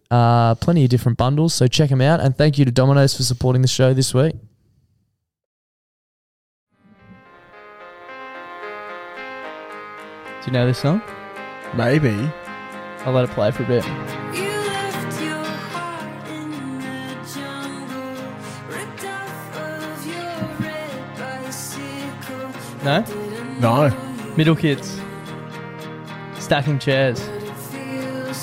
Uh, plenty of different bundles, so check them out. And thank you to Domino's for supporting the show this week. Do you know this song? Maybe. I'll let it play for a bit. You left your heart in the jungle, ripped off of your red bicycle. No? No. Middle kids. Stacking chairs.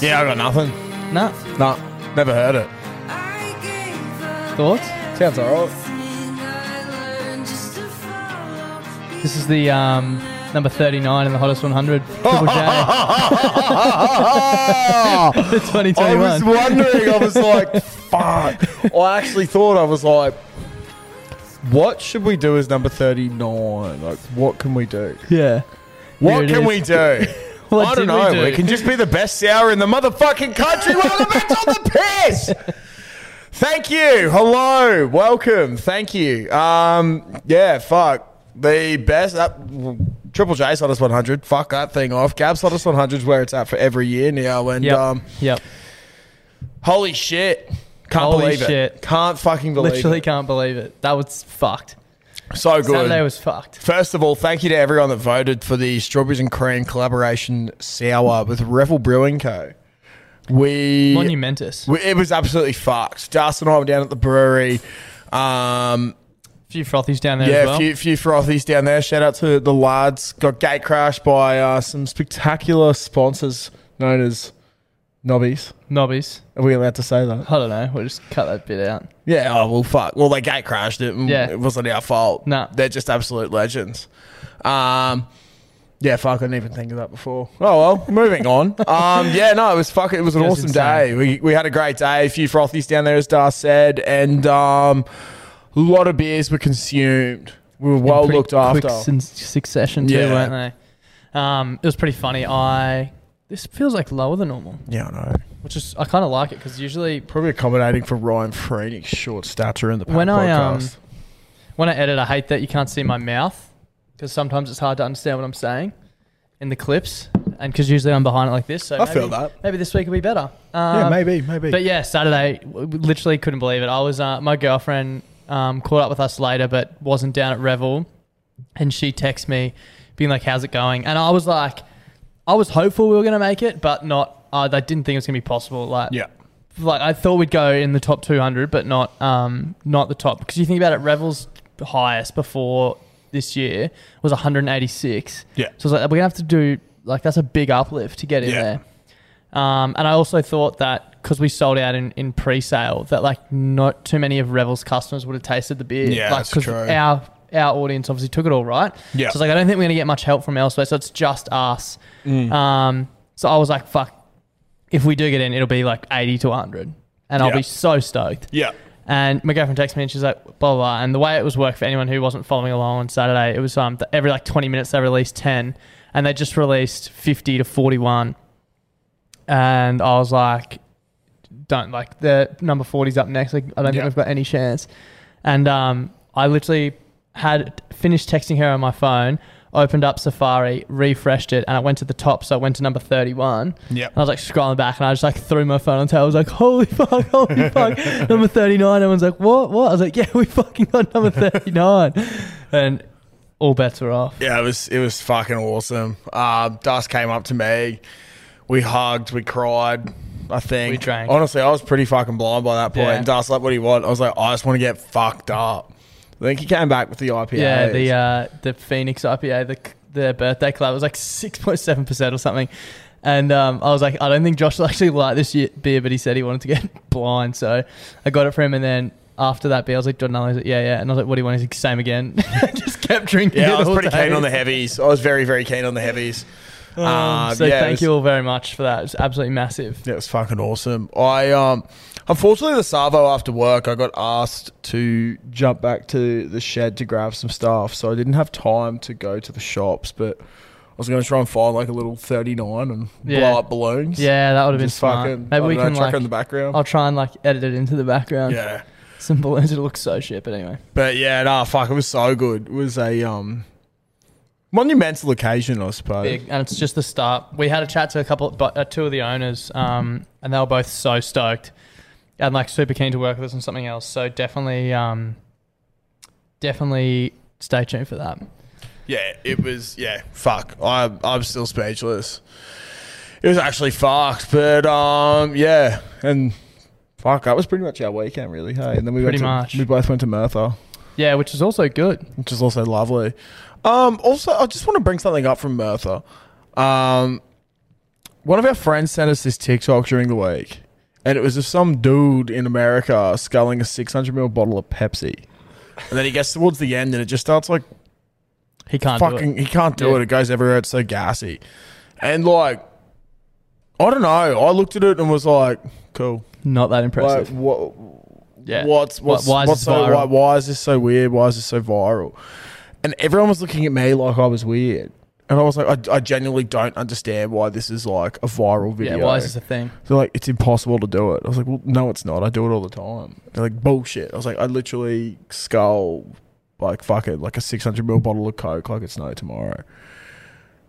Yeah, I got nothing. Nah. No, never heard it. I gave up Thoughts? Sounds alright. everything I learned just to follow. This is the um, number 39 in the hottest 100. Triple J. I The 2021. was wondering. I was like, fuck. I actually thought I was like, what should we do as number thirty nine? Like, what can we do? yeah. Here What it can is. we do? What I don't did we know. do? It can just be the best sour in the motherfucking country while the man's on the piss. Thank you. Hello. Welcome. Thank you. Um, yeah, fuck. The best. Uh, Triple J's Hottest 100. Fuck that thing off. Gab's Hottest 100 is where it's at for every year now. And Yep. um, yep. holy shit. Can't Holy believe shit. it. Can't fucking believe Literally it. can't believe it. That was fucked. So good. Saturday was fucked. First of all, thank you to everyone that voted for the Strawberries and Cream collaboration sour with Revel Brewing Co. We, Monumentous. we- it was absolutely fucked. Dust and I were down at the brewery. Um, few frothies down there yeah, as a well. few, few frothies down there. Shout out to the lads. Got gate crashed by uh, some spectacular sponsors known as Nobbies. Nobbies. Are we allowed to say that? I don't know. We'll just cut that bit out. Yeah. Oh well, fuck. Well, they gate crashed it. and Yeah. It wasn't our fault. Nah. They're just absolute legends. Um, yeah, fuck, I didn't even think of that before. Oh well, moving on. Um, yeah, no, it was fuck. It was an It was awesome insane. day. We, we had a great day. A few frothies down there, as Dar said, and um, a lot of beers were consumed. We were well Pretty looked after. Quick sin- succession too, Yeah. weren't they? Um, it was pretty funny. I this feels like lower than normal, Yeah, I know. which is I kind of like it because usually Probably accommodating for Ryan Freeney's short stature in the When I, um, podcast. when I edit, I hate that you can't see my mouth because sometimes it's hard to understand what I'm saying in the clips, and because usually I'm behind it like this. So I feel maybe- that. maybe this week will be better. yeah, Um, maybe, maybe. But yeah, Saturday, w- w- literally couldn't believe it. I was uh, my girlfriend um, caught up with us later, but wasn't down at Revel, and she texted me, being like, "How's it going?" And I was like, I was hopeful we were gonna make it, but not. Uh, I didn't think it was gonna be possible. Like, yeah. like I thought we'd go in the top 200, but not um not the top because you think about it, Revel's highest before this year was 186. Yeah. So I was like, we're gonna have to do like that's a big uplift to get in Yeah. there. Um, and I also thought that because we sold out in, in pre-sale, that like not too many of Revel's customers would have tasted the beer. Yeah, like, that's true. Our our audience obviously took it all right. Yeah. So it's like I don't think we're gonna get much help from elsewhere. So it's just us. Mm. Um, so I was like, fuck, if we do get in, it'll be like 80 to 100. And I'll Yeah. be so stoked. Yeah. And my girlfriend texted me and she's like, blah, blah, blah. And the way it was worked for anyone who wasn't following along on Saturday, it was um, th- every like 20 minutes they released 10 and they just released 50 to 41. And I was like, don't like the number 40's up next. Like, I don't Yeah. think we've got any chance. And um, I literally had finished texting her on my phone, opened up Safari, refreshed it, and it went to the top. So it went to number 31. Yep. And I was like scrolling back and I just like threw my phone on the table. I was like, holy fuck, holy fuck. number 39. Everyone's like, what? What? I was like, yeah, we fucking got number 39. and all bets were off. Yeah, it was it was fucking awesome. Um, Dust came up to me. We hugged, we cried. I think We drank. Honestly, I was pretty fucking blind by that point. Yeah. And Dust like, "What do you want?" I was like, "I just want to get fucked up." I think he came back with the IPA. Yeah, the uh, the Phoenix IPA, the the birthday club was like six point seven percent or something, and um, I was like, I don't think Josh will actually like this year beer, but he said he wanted to get blind, so I got it for him, and then. After that beer, I was like, Jordan, I was like, yeah, yeah. And I was like, what do you want? He's like, same again. just kept drinking. yeah, it I was all pretty day. keen on the heavies. I was very very keen on the heavies. Um, Oh, So yeah, it thank was- you all very much for that. It's absolutely massive. That was fucking awesome. I um unfortunately the Savo after work I got asked to jump back to the shed to grab some stuff, so I didn't have time to go to the shops, but I was gonna try and find like a little thirty nine and Yeah. blow up balloons. Yeah, that would have been Just smart. fucking Maybe I we don't know, can chuck it like, in the background. I'll try and like edit it into the background. yeah. Some balloons. It'll look so shit, but anyway. But yeah, nah, fuck, it was so good. It was a um monumental occasion, I suppose. big, and it's just the start. We had a chat to a couple, but uh, two of the owners, um, and they were both so stoked and like super keen to work with us on something else. So definitely, um, definitely stay tuned for that. Yeah, it was. Yeah, fuck. I I'm still speechless. It was actually fucked, but um, yeah, and fuck, that was pretty much our weekend, really. Hey, and then we Pretty went much. to, we both went to Merthyr, Yeah, which is also good. which is also lovely. Um, also, I just want to bring something up from Merthyr. Um, one of our friends sent us this TikTok during the week, and it was of some dude in America sculling a 600 ml bottle of Pepsi, and then he gets towards the end, and it just starts like He can't fucking do it. he can't do Yeah. it. It goes everywhere. It's so gassy, and like I don't know. I looked at it and was like, cool. Not that Like impressive. what? yeah, What's what's why is what's this so viral? why, why is this so weird? Why is this so viral? And everyone was looking at me like I was weird. And I was like, I, I genuinely don't understand why this is like a viral yeah, video. why is this a thing? They're like, it's impossible to do it. I was like, well, no, it's not. I do it all the time. They're like, bullshit. I was like, I literally skull, like, fuck it, like a 600 ml bottle of Coke, like it's no tomorrow.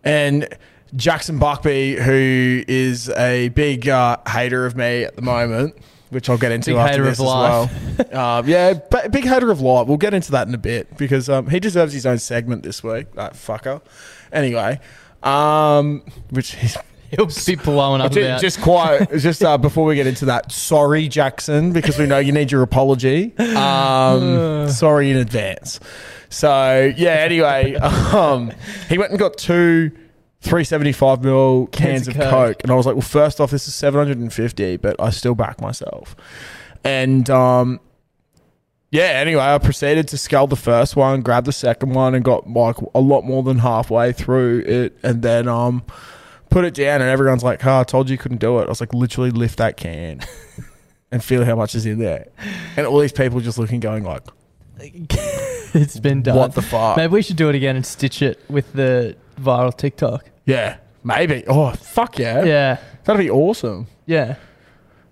And Jackson Buckby, who is a big uh, hater of me at the moment, which I'll get into Big after hater this of as well. um, yeah, but big hater of life. We'll get into that in a bit because um, he deserves his own segment this week, that fucker. Anyway, um, which he's He'll be blowing up Ju- about. Just quiet. just uh, before we get into that, sorry, Jackson, because we know you need your apology. Um, sorry in advance. So yeah. Anyway, um, he went and got two. 375 mil cans, Cans of of coke. Coke. and I was like, well, first off, this is 750, but I still back myself, and um, yeah. Anyway, I proceeded to scale the first one, grab the second one, and got like a lot more than halfway through it, and then um, put it down, and everyone's like, "Ah, I told you, you couldn't do it." I was like, literally lift that can and feel how much is in there, and all these people just looking, going like, it's been done. "What the fuck?" Maybe we should do it again and stitch it with the viral TikTok. Yeah, maybe. Oh, fuck yeah. Yeah, That'd be awesome. yeah,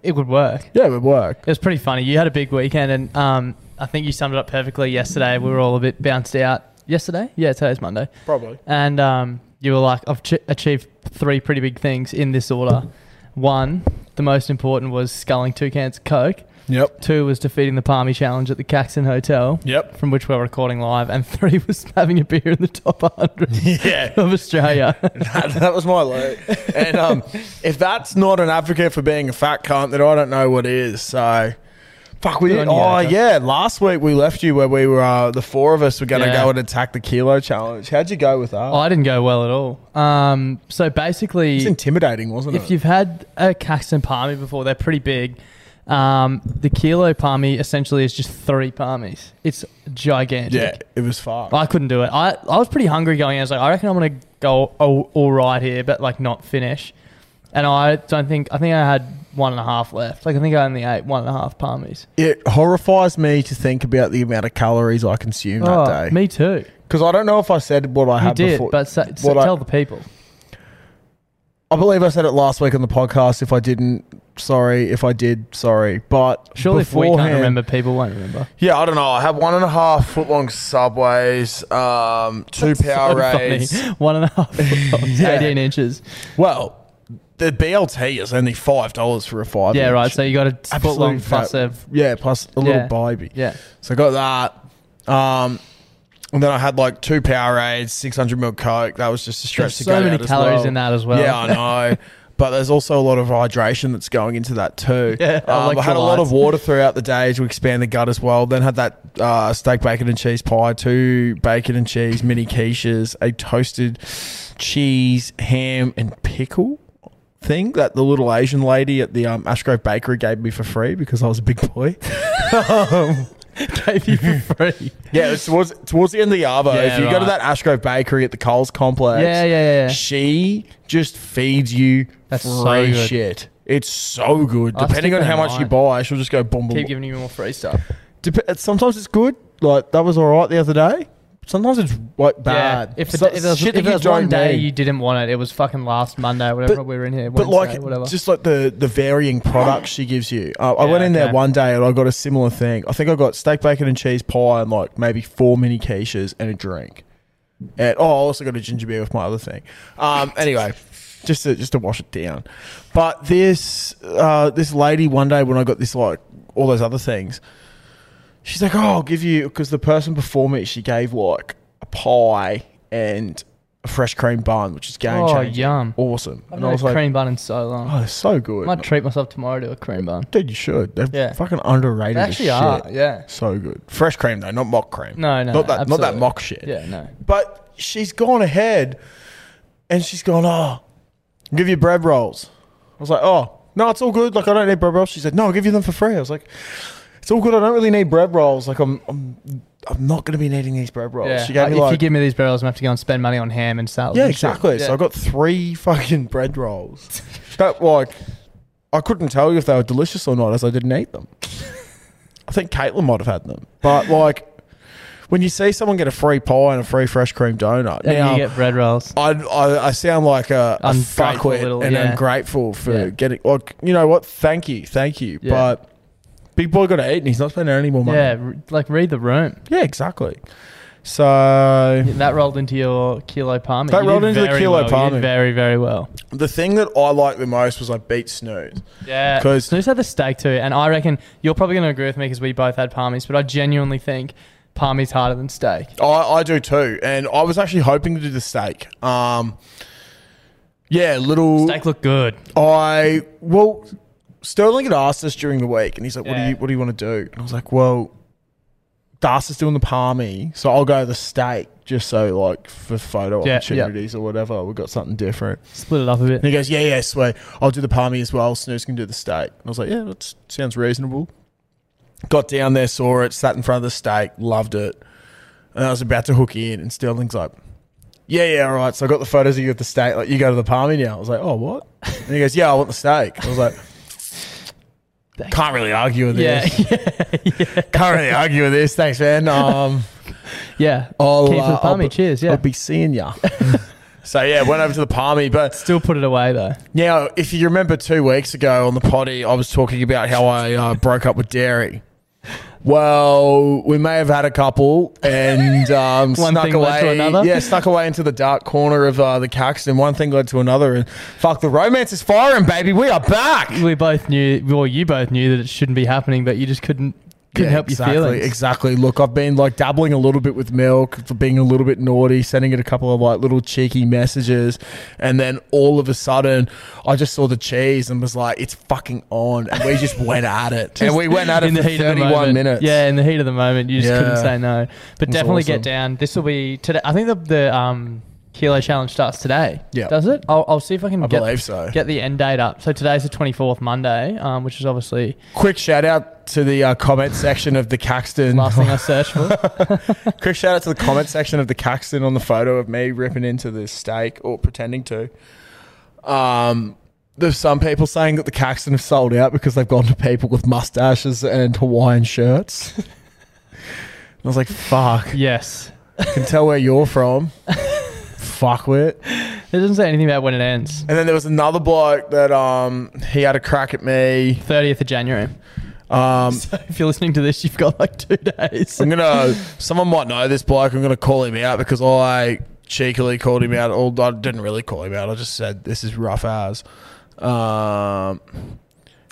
it would work. Yeah, it would work. It was pretty funny. You had a big weekend, and um, I think you summed it up perfectly yesterday. We were all a bit bounced out yesterday. Yeah, today's Monday, Probably. and um, you were like, "I've ch- achieved three pretty big things in this order." One, the most important was sculling two cans of coke. Yep. Two was defeating the Palmy Challenge at the Caxton Hotel, Yep. from which we're recording live, and three was having a beer in the top 100 Yeah. of Australia. that, that was my low. And um, if that's not an advocate for being a fat cunt, then I don't know what is. So, fuck, we Good did. on you, Oh, Adam. yeah. Last week we left you where we were, uh, the four of us were going to Yeah. go and attack the kilo challenge. How'd you go with that? Oh, I didn't go well at all. Um, so basically, it's intimidating, wasn't if it? you've had a Caxton palmy before, they're pretty big. Um, the kilo palmy essentially is just three palmies. It's gigantic. yeah, it was fucked. I couldn't do it. I, I was pretty hungry going. in. I was like, I reckon I'm gonna go all, all right here, but like not finish. And I don't think I think I had one and a half left. Like I think I only ate one and a half palmies. it horrifies me to think about the amount of calories I consumed that day. Oh, me too. Because I don't know if I said what I You had did, before. but so, so what I- tell the people. I believe I said it last week on the podcast. If I didn't, sorry. If I did, sorry. But Surely if we can't beforehand- remember, people won't remember. Yeah, I don't know. I had one and a half foot long subways, um, two So funny. Powerades. One and a half, eighteen inches. well, the BLT is only five dollars for a five. Yeah, inch. right. So you got a foot Absolute long plus fat- a yeah, plus a Yeah. little baby. yeah. So I got that. Um, and then I had like two Powerades, six hundred ml Coke. That was just a There's stretch to so go many out as calories well. in that as well. Yeah, I know. But there's also a lot of hydration that's going into that too. Yeah, um, I had a lot electrolytes. of water throughout the day to expand the gut as well. Then had that uh, steak, bacon, and cheese pie, two bacon and cheese mini quiches, a toasted cheese, ham, and pickle thing that the little Asian lady at the um, Ashgrove Bakery gave me for free because I was a big boy. Um, Gave you for free. Yeah, it was towards towards the end of the Arvo. Yeah, if you go to right. that Ashgrove Bakery at the Coles complex, Yeah, yeah, yeah, yeah. she just feeds you That's so free good. shit. It's so good. I'll Depending stick on that how in much you mine. buy, she'll just go boom, boom. Keep giving you more free stuff. boom. Dep- sometimes it's good. Like that was all right the other day. Sometimes it's like bad. Yeah. If, it, So- if, it was, shit if that it you was one don't day need. you didn't want it, it was fucking last Monday, whatever But- we were in here. But Wednesday, like, whatever. just like the the varying products she gives you. Uh, I Yeah, went in there okay. one day and I got a similar thing. I think I got steak, bacon, and cheese pie, and like maybe four mini quiches and a drink. And oh, I also got a ginger beer with my other thing. Um, anyway, just to just to wash it down. But this uh, this lady one day when I got this like all those other things, she's like, "Oh, I'll give you," because the person before me she gave like a pie and. A fresh cream bun, which is game Oh, changing. yum. Awesome. I've not had a cream bun in so long. Oh, they're so good. I might treat myself tomorrow to a cream bun. Dude, you should. They're Yeah. fucking underrated. They as actually shit. are. Yeah. So good. Fresh cream though, not mock cream. No, no, Not that not that absolutely. mock shit. Yeah, no. But she's gone ahead and she's gone, Oh, I'll give you bread rolls. I was like, Oh, no, it's all good. Like I don't need bread rolls. She said, No, I'll give you them for free. I was like, It's all good. I don't really need bread rolls. Like I'm I'm I'm not gonna be needing these bread rolls. Yeah. She gave Like, me if like you give me these barrels, I'm gonna have to go and spend money on ham and salad. yeah, and shit. exactly. Yeah. So I got three fucking bread rolls. that like, I couldn't tell you if they were delicious or not, as I didn't eat them. I think Caitlin might have had them, but like, when you see someone get a free pie and a free fresh cream donut, and now you get bread rolls. I, I I sound like a, a Ungrateful fuckwit little- and yeah. ungrateful for Yeah. getting like you know what? Thank you, thank you, Yeah. but. Big boy got to eat, and he's not spending any more money. Yeah, re- like read the room. yeah exactly. So That rolled into your kilo palmy. That You did rolled into the very kilo well. You did palmy. Very, very well. the thing that I liked the most was I beat Snooze. Yeah, 'Cause- Snooze Uh, had the steak too, and I reckon you're probably going to agree with me because we both had palmies, but I genuinely think palmies harder than steak. I, I do too, and I was actually hoping to do the steak. Um, yeah, little. Steak looked good. I well, Sterling had asked us during the week, and he's like, "What do Yeah. you What do you want to do?" And I was like, "Well, Das is doing the palmy, so I'll go the steak just so like for photo Yeah, yeah. opportunities or whatever. We've got something different." Split it up a And bit. he goes, "Yeah, yeah, sweet. I'll do the palmy as well. Snooze can do the steak." And I was like, "Yeah, that sounds reasonable." Got down there, saw it, sat in front of the steak, loved it, and I was about to hook in, and Sterling's like, "Yeah, yeah, all right." So I got the photos of you at the steak. Like, you go to the palmy now. I was like, "Oh, what?" And he goes, "Yeah, I want the steak." I was like. Can't really argue with Yeah, this. Can't really argue with this. Thanks, man. Um, yeah. I'll, Keen for uh, the I'll palmy. be- Cheers. Yeah. I'll be seeing ya. So yeah, went over to the Palmy, but Still put it away though. Now, if you remember two weeks ago on the potty, I was talking about how I uh, broke up with Dairy. Well, we may have had a couple and um, One snuck thing away. led to another? Yeah, snuck away into the dark corner of uh, the Caxton. One thing led to another, and fuck, the romance is firing, baby. We are back. We both knew, well, you both knew that it shouldn't be happening, but you just couldn't couldn't Yeah, help exactly, your feelings. Exactly. Look, I've been like dabbling a little bit with milk for being a little bit naughty, sending it a couple of like little cheeky messages, and then all of a sudden, I just saw the cheese and was like, "It's fucking on!" And we just went at it, and we went at it for thirty-one moment. minutes. Yeah, in the heat of the moment, you just couldn't Yeah. say no. But was definitely awesome. get down. This will be today. I think the, the um, kilo challenge starts today. Yeah. does it? I'll, I'll see if I can. I get, believe so. Get the end date up. So today's the twenty fourth Monday, um, which is obviously Quick shout out to the uh, comment section of the Caxton. last thing I searched for. Quick shout out to the comment section of the Caxton on the photo of me ripping into the steak or pretending to. Um, there's some people saying that the Caxton have sold out because they've gone to people with mustaches and Hawaiian shirts. I was like, fuck. yes, Um, can tell where you're from. fuck with. it doesn't say anything about when it ends. And then there was another bloke that um he had a crack at me. Thirtieth of January. Um, So if you're listening to this, you've got like two days. I'm gonna. Someone might know this bloke. I'm gonna call him out because I cheekily called him out. All I didn't really call him out. I just said this is rough as. Um,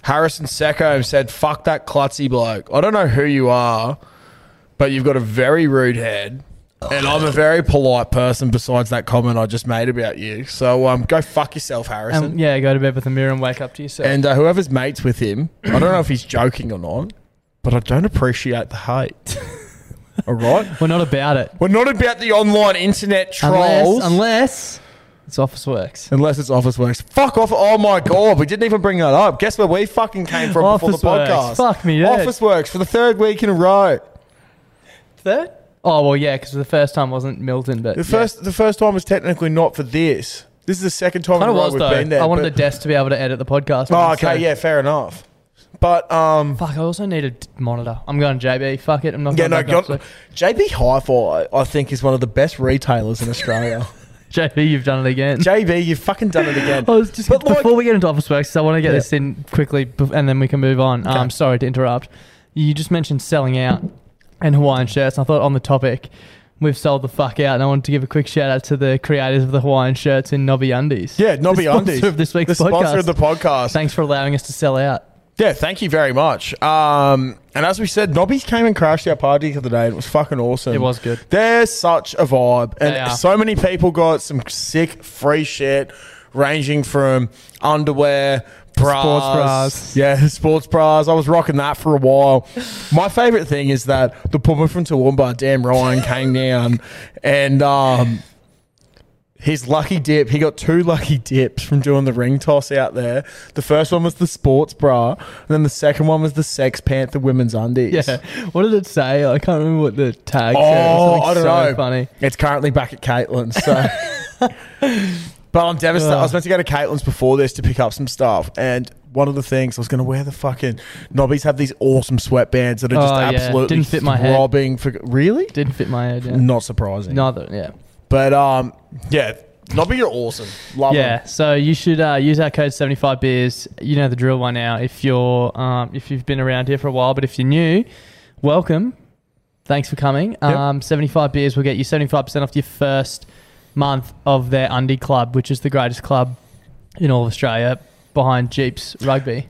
Harrison Secco said, "Fuck that klutzy bloke." I don't know who you are, but you've got a very rude head. And Oh. I'm a very polite person. Besides that comment I just made about you, so um, go fuck yourself, Harrison. Um, yeah, go to bed with a mirror and wake up to yourself. And uh, whoever's mates with him, I don't know if he's joking or not, but I don't appreciate the hate. All right. We're not about it. We're not about the online internet trolls. Unless, unless it's Office Works. Unless it's Office Works. Fuck off. Oh my God. We didn't even bring that up. Guess where we fucking came from before the Officeworks. podcast? Fuck me, dude. Office Works for the third week in a row. Third? Oh well, yeah, because the first time wasn't Milton, but The first the first time was technically not for this. This is the second time in kind a of row was we've though. been there. I wanted the but- desk to be able to edit the podcast. Oh, so- okay. Yeah, fair enough. But, um, Fuck, I also need a d- monitor. I'm going JB. Fuck it, I'm not yeah, going no, back up, God, JB Hi Fi, I think, is one of the best retailers in Australia. so- JB, you've done it again. JB, you've fucking done it again. I was just But, like- before we get into Office Works, 'cause I want to get Yeah. this in quickly, bef- and then we can move on. Um, Okay. sorry to interrupt. You just mentioned selling out and Hawaiian shirts. I thought on the topic, we've sold the fuck out, and I wanted to give a quick shout out to the creators of the Hawaiian shirts in Nobby Undies. yeah, Nobby the sponsor Undies. of this week's the sponsor podcast. of the podcast. Thanks for allowing us to sell out. yeah, thank you very much. Um, and as we said, Nobby came and crashed our party the other day. and It was fucking awesome. It was good. They're such a vibe. They And are. so many people got some sick free shit, ranging from underwear, bras. Sports bras. Yeah, sports bras. I was rocking that for a while. My favorite thing is that the puma from Toowoomba, Dan Ryan, came down and um, his lucky dip, he got two lucky dips from doing the ring toss out there. The first one was the sports bra, and then the second one was the Sex Panther women's undies. Yeah. What did it say? I can't remember what the tag said. It Oh, was I something don't so know. Funny. It's currently back at Caitlin's. So. but I'm devastated. I was meant to go to Caitlin's before this to pick up some stuff. And one of the things I was going to wear the fucking Nobbies have these awesome sweatbands that are just Oh, yeah. absolutely Didn't fit my head. throbbing. For, really? Didn't fit my head. Yeah. Not surprising. Neither. Yeah. But um, yeah, Nobby, you're awesome. Love Yeah. them. So you should uh, use our code seventy five beers. You know the drill by now. If you're um, if you've been around here for a while, but if you're new, welcome. Thanks for coming. Um, seventy five beers will get you seventy five percent off your first month of their Undy Club, which is the greatest club in all of Australia, behind Jeeps Rugby.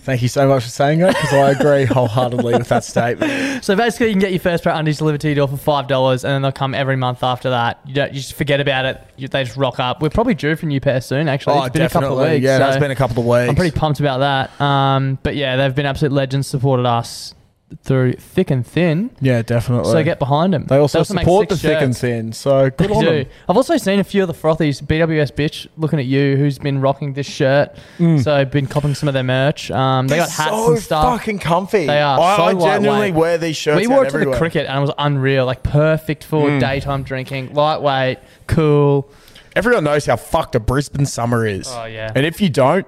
Thank you so much for saying that because I agree wholeheartedly with that statement. So basically, you can get your first pair of undies delivered to your door for five dollars, and then they'll come every month after that. You don't, you just forget about it. You, they just rock up. We're probably due for a new pair soon. Actually, it's been a couple of weeks. Oh, Yeah, so that's been a couple of weeks. I'm pretty pumped about that. Um, but yeah, they've been absolute legends. Supported us through thick and thin. yeah, definitely. So get behind them. they also make support the sick thick and shirts. thin. So good They on do. them. I've also seen a few of the frothies, BWS bitch, looking at you, who's been rocking this shirt. So I've been copping some of their merch. Um, they Mm. They're got hats so and stuff. fucking comfy. They are I, so I genuinely lightweight. wear these shirts. we out wore it to the everywhere. Hmm. cricket and it was unreal, like perfect for daytime drinking, lightweight, cool. Everyone knows how fucked a Brisbane summer is. Oh, yeah. And if you don't,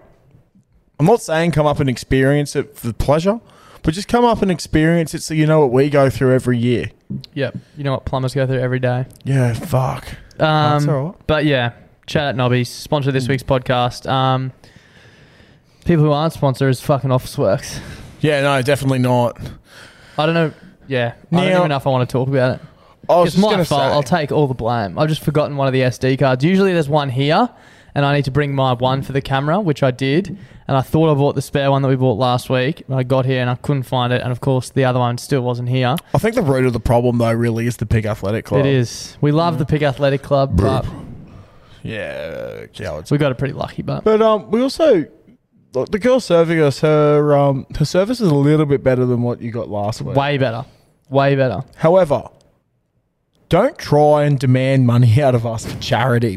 I'm not saying come up and experience it for pleasure, but just come up and experience it so you know what we go through every year. Yep. You know what plumbers go through every day. Yeah, fuck. Um, all right. But yeah, Chat at Nobby's, sponsor of Hmm. this week's podcast. Um, people who aren't sponsor is fucking Office Works. Yeah, no, definitely not. I don't know. Yeah, I don't Now- even know if I want to talk about it. I was It's just my gonna fault. I'll say- take all the blame. I've just forgotten one of the SD cards. Usually there's one here, and I need to bring my one for the camera, which I did. And I thought I bought the spare one that we bought last week. And I got here and I couldn't find it. And of course, the other one still wasn't here. I think the root of the problem though really is the Pig Athletic It Club. is. We love the Pig Athletic Club, but Yeah, cowards. we got it pretty lucky. But But um, we also look, the girl serving us her um her service is a little bit better than what you got last week. way better. Way better. However, don't try and demand money out of us for charity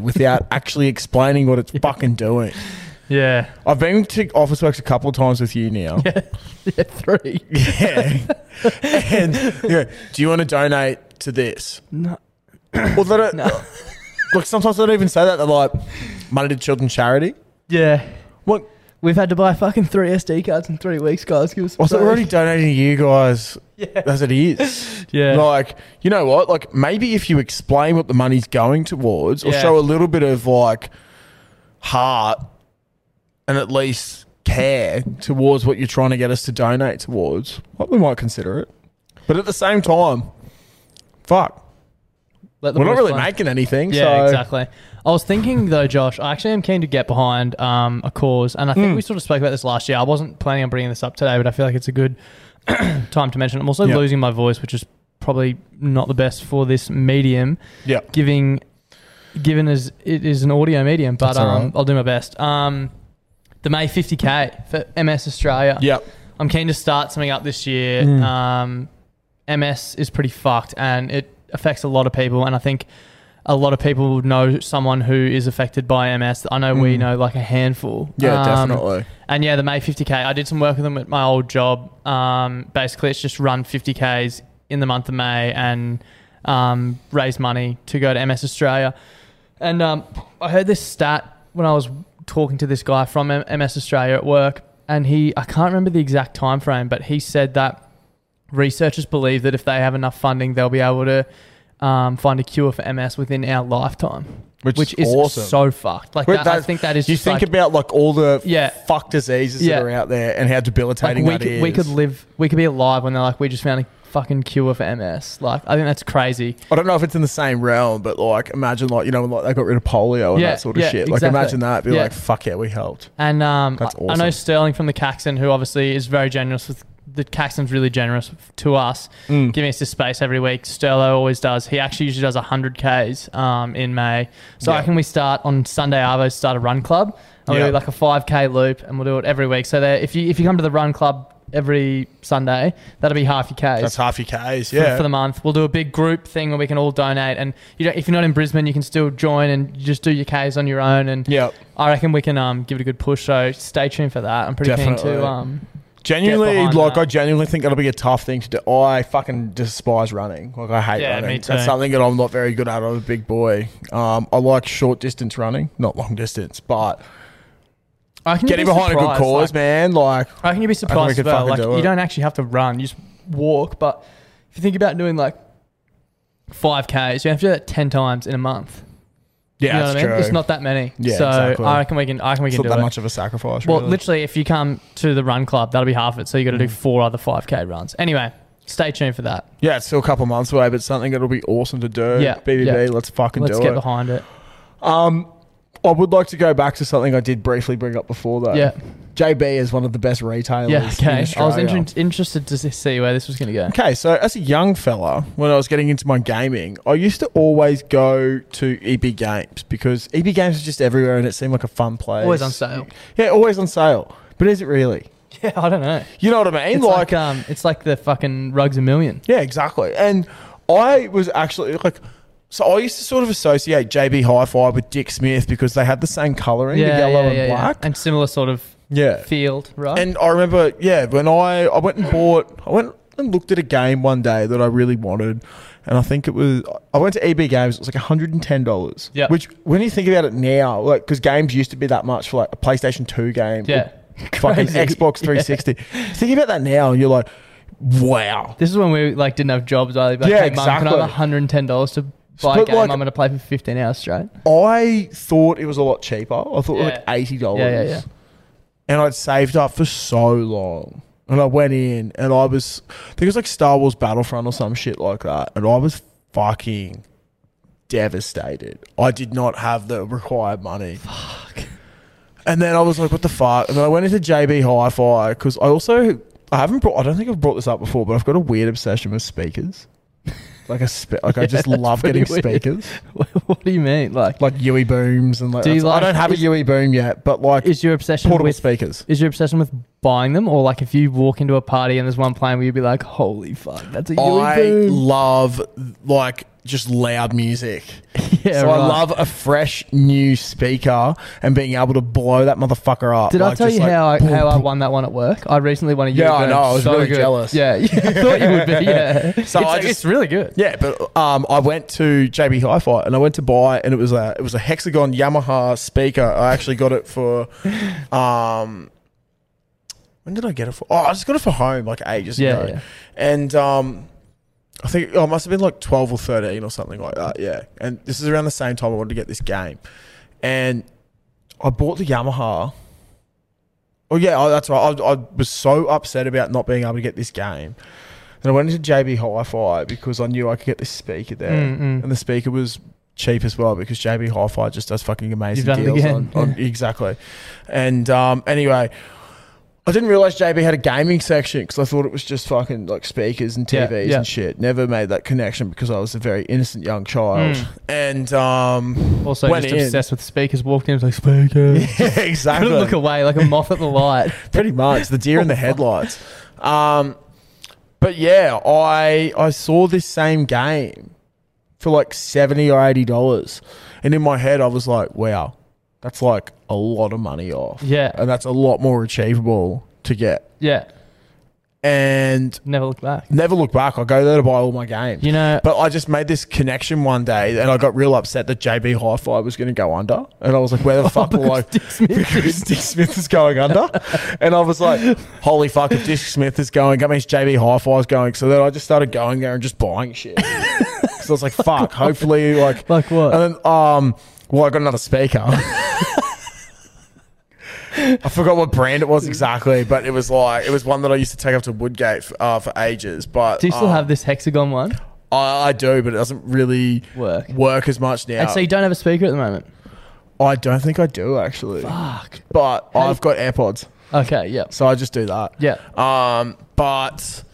without actually explaining what it's fucking doing. Yeah. I've been to Officeworks a couple of times with you now. yeah three. Yeah. and yeah, do you want to donate to this? No. Well, they don't, look, sometimes they don't even say that. They're like, money to children's charity. Yeah. What? We've had to buy fucking three SD cards in three weeks, guys. Give us Also, we're already donating to you guys as it is. Yeah. Like, you know what? Like, maybe if you explain what the money's going towards or Yeah. show a little bit of like heart and at least care towards what you're trying to get us to donate towards, well, we might consider it. But at the same time, fuck. Let the We're not boys really play. making anything. Yeah, so exactly. I was thinking though, Josh. I actually am keen to get behind um, a cause, and I Hmm. think we sort of spoke about this last year. I wasn't planning on bringing this up today, but I feel like it's a good time to mention. it. I'm also Yeah. losing my voice, which is probably not the best for this medium, Yeah. giving given as it is an audio medium. But That's all um, right. I'll do my best. Um, the May 50k for MS Australia. Yeah. I'm keen to start something up this year. Mm. Um, MS is pretty fucked and it affects a lot of people. And I think a lot of people know someone who is affected by MS. I know we know like a handful. Mm. Yeah, Um, definitely. And yeah, the May 50K, I did some work with them at my old job. Um, basically, it's just run 50Ks in the month of May and um, raise money to go to MS Australia. And um, I heard this stat when I was talking to this guy from M- MS Australia at work, and he I can't remember the exact time frame, but he said that researchers believe that if they have enough funding, they'll be able to um, find a cure for MS within our lifetime, Which is is awesome. so fucked. Like But that, I that's- think that is You just think like, about like all the Yeah. fuck diseases Yeah. that are out there and how like, debilitating we that is. could, we could live, we could be alive when they're like, we just found a fucking cure for MS. Like I think that's crazy. I don't know if it's in the same realm, but like imagine like you know when like they got rid of polio and Yeah, that sort of yeah, shit. exactly. Like imagine that, be Yeah. like, fuck yeah, we helped. And um, That's I, I know awesome. Sterling from the Caxton, who obviously is very generous with the Caxton's really generous to us, Mm. giving us this space every week. Sterlo always does. He actually usually does 100 Ks um, in May. So Yeah. I can we start on Sunday, Arvo, start a run club. And Yeah. we'll do like a 5K loop and we'll do it every week. So there, if you if you come to the run club every Sunday, that'll be half your Ks That's half your K's, for- yeah. for the month. We'll do a big group thing where we can all donate. And you know, if you're not in Brisbane, you can still join and you just do your Ks on your own. And Yep. I reckon we can um, give it a good push. So stay tuned for that. I'm pretty keen Definitely. to. Um, genuinely, behind like that. I genuinely think that'll be a tough thing to do. I fucking despise running. Like I hate Yeah, running. me too. That's something that I'm not very good at. I'm a big boy. Um, I like short distance running, not long distance, but I reckon you'd getting be behind a good surprised, cause, like- man. Like I reckon you'd be we surprised could as well. fucking Like do you it. don't actually have to run; you just walk. But if you think about doing like five Ks, you have to do that ten times in a month. you yeah, know that's what I mean? true. It's not that many. Yeah, so exactly. I reckon we can. I reckon we It's can not do that it. much of a sacrifice. Well, really. Mm. literally, if you come to the run club, that'll be half it. So you got to do four other 5K runs. Anyway, stay tuned for that. yeah, it's still a couple months away, but something that'll be awesome to do. Yeah, BBB, yeah. let's fucking Let's do get it. Um, behind it. I would like to go back to something I did briefly bring up before, though. Yeah. JB is one of the best retailers. Yeah, In okay. I was Australia. inter- interested to see where this was going to go. Okay, so as a young fella, when I was getting into my gaming, I used to always go to EB Games because EB Games was just everywhere and it seemed like a fun place. Always on sale. Yeah, always on sale. But is it really? Yeah, I don't know. You know what I mean? It's like, um, it's like the fucking rugs a million. Yeah, exactly. And I was actually like, so I used to sort of associate JB Hi-Fi with Dick Smith because they had the same colouring, the yellow and black. and similar sort of Yeah. field, right? And I remember, yeah, when I I went and bought, I went and looked at a game one day that I really wanted, and I think it was I went to EB Games. It was like hundred and ten dollars. Yeah. Which, when you think about it now, like because games used to be that much for like a PlayStation Two game. or Yeah. Fucking Crazy. Xbox Yeah. 360. Think about that now, and you're like, wow. this is when we like didn't have jobs. Either. Like, Yeah, hey, Mum, can I exactly. have one hundred and ten dollars to buy a But game. like- I'm going to play for 15 hours straight. I thought it was a lot cheaper. I thought it was like Yeah. eighty dollars. Yeah, yeah, yeah. And I'd saved up for so long. And I went in and I was I think it was like Star Wars Battlefront or some shit like that. And I was fucking devastated. I did not have the required money. Fuck. And then I was like, what the fuck? And then I went into JB Hi Fi because I also I haven't brought I don't think I've brought this up before, but I've got a weird obsession with speakers. Like a spe- like I just that's love pretty getting weird. speakers what do you mean? Like, like Yui booms and like, Do you that's- like- I don't have is- a Yui boom yet, but like is your obsession portable with speakers. is your obsession with buying them, or like if you walk into a party and there's one playing, where you'd be like, "Holy fuck, that's a Yui I boom." love like just loud music. Yeah, so I right. love a fresh new speaker and being able to blow that motherfucker up. Did I Like, tell just you like, how I, boom, how I boom. won that one at work? I recently won a Yui Yeah, I boom. know, I was so really good. jealous. Yeah, yeah, I thought you would be. Yeah, So it's, I like- just- it's really good. Yeah, but um, I went to JB Hi-Fi and I went to buy, and it was a it was a hexagon Yamaha speaker. I actually got it for, um, when did I get it for? Oh, I just got it for home like ages Yeah, ago, yeah. and um, I think oh, it must have been like twelve or thirteen or something like that. Yeah, and this is around the same time I wanted to get this game, and I bought the Yamaha. Oh yeah, oh, that's right. I, I was so upset about not being able to get this game. And I went into JB Hi-Fi because I knew I could get this speaker there, Mm, and the speaker was cheap as well because JB Hi-Fi just does fucking amazing done it deals. again. On, on, exactly. And um, anyway, I didn't realize JB had a gaming section because I thought it was just fucking like speakers and Yeah, TVs yeah. and shit. Never made that connection because I was a very innocent young child. Mm. Hmm. And um, Also, went just in. obsessed with speakers. Walked in, was like speaker. Yeah, exactly. Couldn't look away like a moth at the light. pretty much the deer in the headlights. Um, but yeah, I I saw this same game for like seventy or eighty dollars, and in my head I was like, wow, that's like a lot of money off. Yeah. and that's a lot more achievable to get. Yeah, And never looked back. never look back. I go there to buy all my games. You know- but I just made this connection one day, and I got real upset that JB Hi-Fi was going to go under, and I was like, "Where Oh, the fuck will I?" because Dick Smith is going under, and I was like, "Holy fuck! If Dick Smith is going, that means JB Hi-Fi is going." So then I just started going there and just buying shit. Because I was like, "Fuck!" Hopefully, like, Like what? And then, um, well, I got another speaker. I forgot what brand it was exactly, but it was like it was one that I used to take up to Woodgate for, uh, for ages. But Do you still um, have this hexagon one? I, I do, but it doesn't really Work. work as much now. And so you don't have a speaker at the moment. I don't think I do actually. Fuck. But I've got AirPods, Okay. Yeah. so I just do that. Yeah. Um, but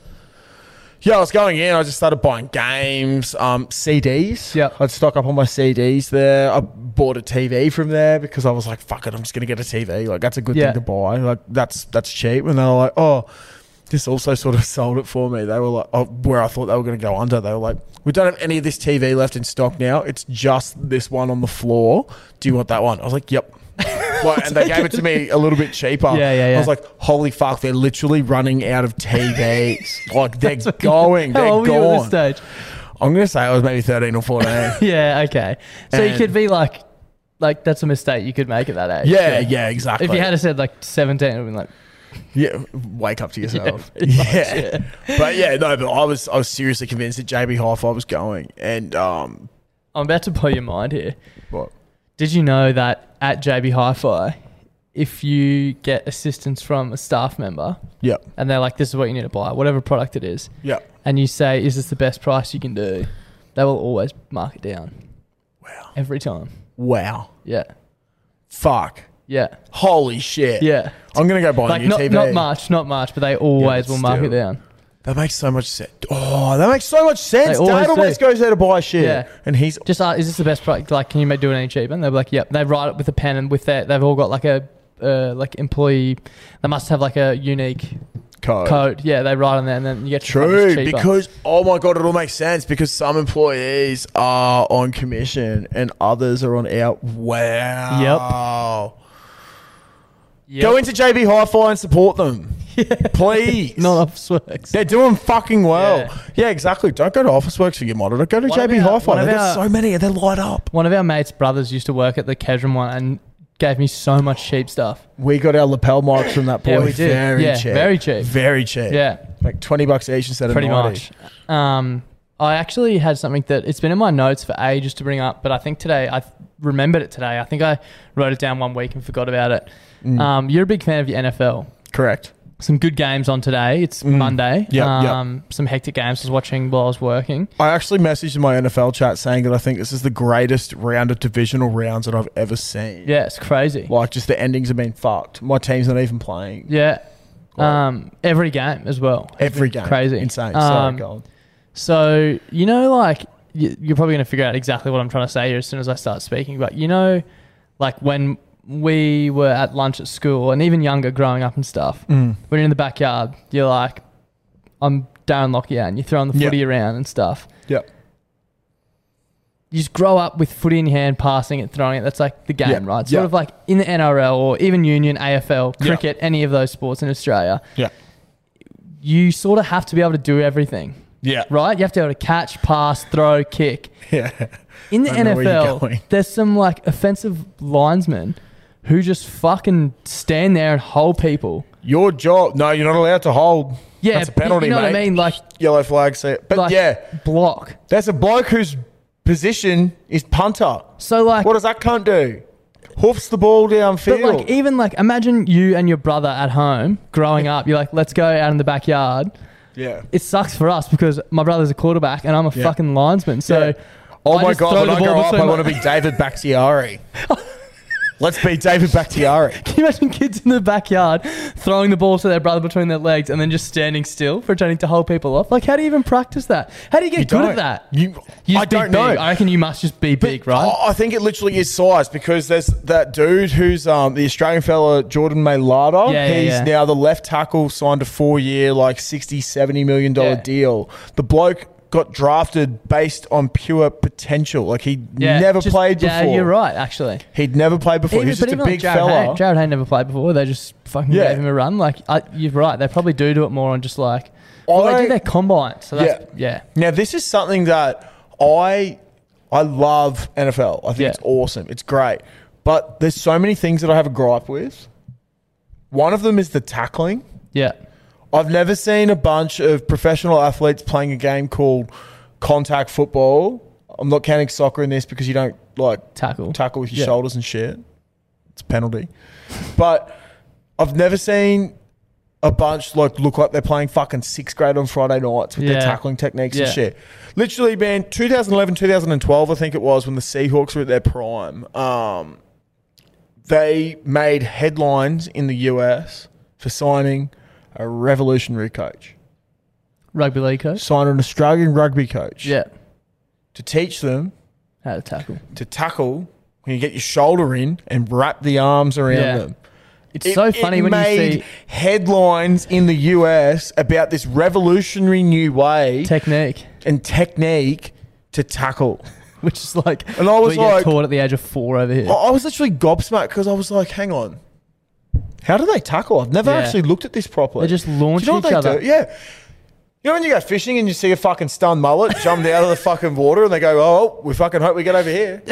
yeah, I was going in. I just started buying games, um, CDs. Yeah. I'd stock up on my CDs there. I bought a TV from there because I was like, "Fuck it, I'm just gonna get a TV. Like that's a good Yeah. thing to buy. Like that's that's cheap." And they were like, "Oh." This also sort of sold it for me. They were like, oh, where I thought they were going to go under. They were like, we don't have any of this TV left in stock now. It's just this one on the floor. Do you want that one? I was like, yep. Like, and they gave it to me a little bit cheaper. Yeah, yeah, yeah. I was like, holy fuck, they're literally running out of TVs. like they're going, How they're old were you at gone. this stage? I'm gonna say I was maybe 13 or 14. yeah, Yeah, okay. So you And- could be like, like that's a mistake you could make at that age. yeah, exactly. If you had said like 17, it would have been like, yeah, wake up to yourself. Yeah, but yeah, no, but I was I was seriously convinced that JB Hi-Fi was going, and um, I'm about to blow your mind here. what? Did you know that at JB Hi Fi, if you get assistance from a staff member Yep, and they're like, this is what you need to buy, whatever product it is, yep. and you say, is this the best price you can do? They will always mark it down. Wow. Every time. Wow, Yeah. fuck, Yeah. holy shit. Yeah. I'm gonna go buy Like a new not, TV. not much, not much, but they always but will mark it still. down. That makes so much sense. Oh, that makes so much sense. They always Dad always do. goes there to buy shit, Yeah. and he's just uh, is this the best product? Like, can you make do it any cheaper? And they're like, yep. They write it with a pen and with that, they've all got like a uh, like employee. They must have like a unique code. code. Yeah, they write on there, and then you get your product True, cheaper. because oh my god, it all makes sense because some employees are on commission and others are on out. Wow. Yep. Go into JB Hi-Fi and support them, please. not office works. They're doing fucking well. Yeah. Yeah. exactly. Don't go to Officeworks for your monitor. Go to One of JB our- Hi-Fi. one of They've got our- so many. and They light up. One of our mates' brothers used to work at the Kedron one and gave me so much cheap stuff. We got our lapel mics from that boy. Yeah, we did. Very Yeah, cheap. very cheap. Very cheap. Yeah, like twenty bucks each instead of pretty 90. much. Um, I actually had something that it's been in my notes for ages to bring up, but I think today I th- remembered it today. I think I wrote it down one week and forgot about it. Um, you're a big fan of the NFL. Mm. Correct. Mm. Some good games on today. It's Monday. Yep, yep. um, Some hectic games I was watching while I was working. I actually messaged in my NFL chat saying that I think this is the greatest round of divisional rounds that I've ever seen. Yeah, it's crazy. Like, just the endings have been fucked. My team's not even playing. Yeah. Um, every game as well. Every game. Crazy. Insane. Um, Sorry, Colin. So, you know, like, y- you're probably going to figure out exactly what I'm trying to say here as soon as I start speaking, but you know, like, when we were at lunch at school and even younger growing up and stuff, Mm. when you're in the backyard, you're like, I'm Darren Lockyer and you're throwing the Yeah. footy around and stuff. Yep. You just grow up with footy in your hand, passing it, throwing it. That's like the game, Yeah. right? Sort Yeah. of like in the NRL or even union, AFL, cricket, any of those sports in Australia. Yeah. You sort of have to be able to do everything, Yeah. right? You have to be able to catch, pass, throw, kick. Yeah. In the I know where you're going. NFL, there's some like offensive linesmen who just fucking stand there and hold people. Your job. No, you're not allowed to hold. Yeah, That's a but penalty, You know mate. what I mean? Like, Yellow flag. See it. But like yeah, block. that's a bloke whose position is punter. So like, What does that cunt do? Hoofs the ball but downfield. like even like imagine you and your brother at home growing up. You're like, let's go out in the backyard. yeah. It sucks for us because my brother's a quarterback and I'm a Yeah. fucking linesman. So. Yeah. Oh I my just god! throw When the I ball grow up, between I my- want to be David Bakhtiari. Let's be David Bakhtiari. Can you imagine kids in the backyard throwing the ball to their brother between their legs and then just standing still, pretending to hold people off? Like, how do you even practice that? How do you get good don't. at that? You- just I be don't know. big. I reckon you must just be big, right? I I think it literally is size because there's that dude who's um, the Australian fella, Jordan Mailata. Yeah, yeah, He's yeah. now the left tackle, signed a four year, like 60, 70 million dollar Yeah. deal. The bloke got drafted based on pure potential. Like he Yeah, never just- played before. Yeah, you're right, actually. He'd never played before. Even- He's just a even like big Jared fella. Hayne, Jared Hayne never played before. They just fucking Yeah. gave him a run. Like, I, you're right. They probably do do it more on just like. Well, I- they do their combine. So that's. Yeah. Now this is something that I I love NFL. I think Yeah. it's awesome. It's great. But there's so many things that I have a gripe with. One of them is the tackling. Yeah. I've never seen a bunch of professional athletes playing a game called contact football. I'm not counting soccer in this because you don't like Tackle. tackle with your Yeah. shoulders and shit. It's a penalty. but I've never seen a bunch like look like they're playing fucking sixth grade on Friday nights with their Yeah. tackling techniques Yeah. and shit. Literally, man, 2011, 2012, I think it was when the Seahawks were at their prime. Um, they made headlines in the US for signing a revolutionary coach, Rugby league coach. signing an Australian rugby coach Yeah. to teach them How to tackle. to tackle when you get your shoulder in and wrap the arms around Yeah. them. It's so funny when made you see headlines in the US about this revolutionary new way technique. and technique to tackle. which is like And I we was get like- Oh. taught at the age of four over here. I I was literally gobsmacked because I was like, hang on. How do they tackle? I've never Yeah. actually looked at this properly. They just Do launch you know each what they other. Do? Yeah. You know when you go fishing and you see a fucking stunned mullet jump out of the fucking water and they go, oh, we fucking hope we get over here.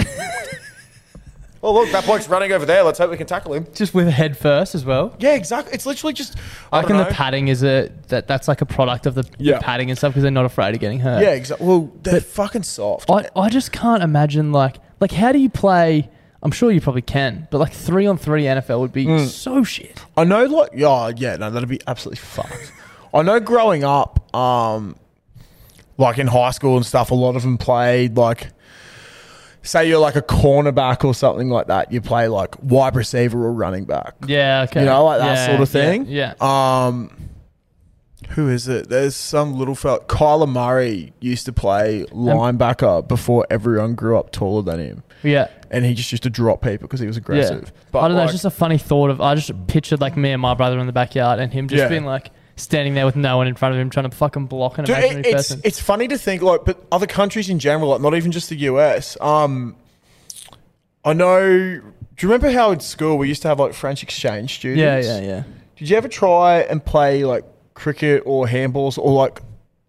oh, look, that bloke's running over there. Let's hope we can tackle him. Just with head first as well. Yeah, exactly. It's literally just. I, I reckon don't the know. padding is a that that's like a product of the, the Yeah. padding and stuff because they're not afraid of getting hurt. Yeah, exactly. Well, they're fucking soft. I, I just can't imagine like like how do you play? I'm sure you probably can, but like three on three NFL would be so shit. Mm. I know, like, yeah, yeah, no, that'd be absolutely fucked. I know growing up, um, like in high school and stuff, a lot of them played like, say you're like a cornerback or something like that. You play like wide receiver or running back. Yeah, okay. You know, like that sort of thing. Yeah. Um, who is it? There's some little fella. Kyler Murray used to play Um, linebacker before everyone grew up taller than him. yeah. and he just used to drop people because he was Yeah. aggressive. I don't know. like, It's just a funny thought of. I just pictured like me and my brother in the backyard and him just Yeah. being like standing there with no one in front of him trying to fucking block an Dude, imaginary it- it's person. it's funny to think like, but other countries in general, like not even just the US. Um, I know. Do you remember how in school we used to have like French exchange yeah, students? yeah, yeah. Did you ever try and play like cricket or handballs or like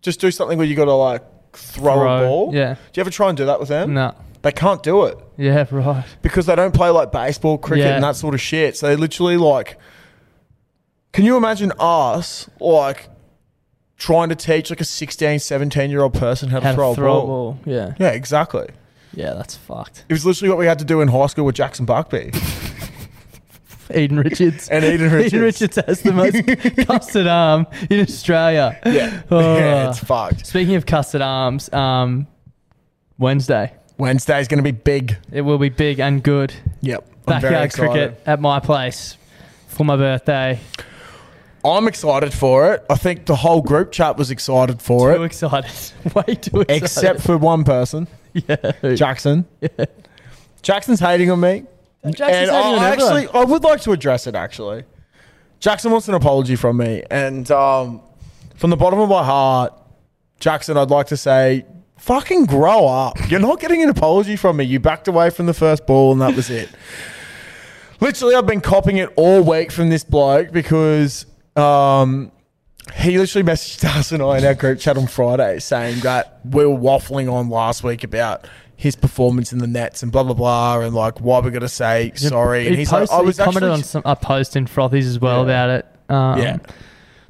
just do something where you got to like throw, a Throw, ball? yeah. Do you ever try and do that with them? No. They can't do it. Yeah, right. because they don't play like baseball, cricket, Yeah. and that sort of shit. So they literally like, can you imagine us like trying to teach like a 16, 17 year old person how, How to throw, a ball. Yeah. Yeah, exactly. Yeah, that's fucked. It was literally what we had to do in high school with Jackson Buckby. Eden Richards. And Eden Eden Richards. Richards has the most custard arm in Australia. yeah. Oh. yeah, it's fucked. Speaking of custard arms, um, Wednesday. Wednesday's going to be big. It will be big and good. Yep. I'm very Backyard excited. cricket at my place for my birthday. I'm excited for it. I think the whole group chat was excited for Too it, excited. Way too excited. except for one person, yeah. Jackson. Jackson's hating on me. Jackson's and hating I, on I everyone. actually, I would like to address it. Actually, Jackson wants an apology from me, and um, from the bottom of my heart, Jackson, I'd like to say, fucking grow up. You're not getting an apology from me. You backed away from the first ball, and that was it. Literally, I've been copying it all week from this bloke because. Um, he literally messaged us and I in our group chat on Friday saying that we were waffling on last week about his performance in the Nets and blah blah blah and like why we got to say sorry. He and he's like, posted- I he was commented actually on some, a post in Frothies as well about it. Um, yeah,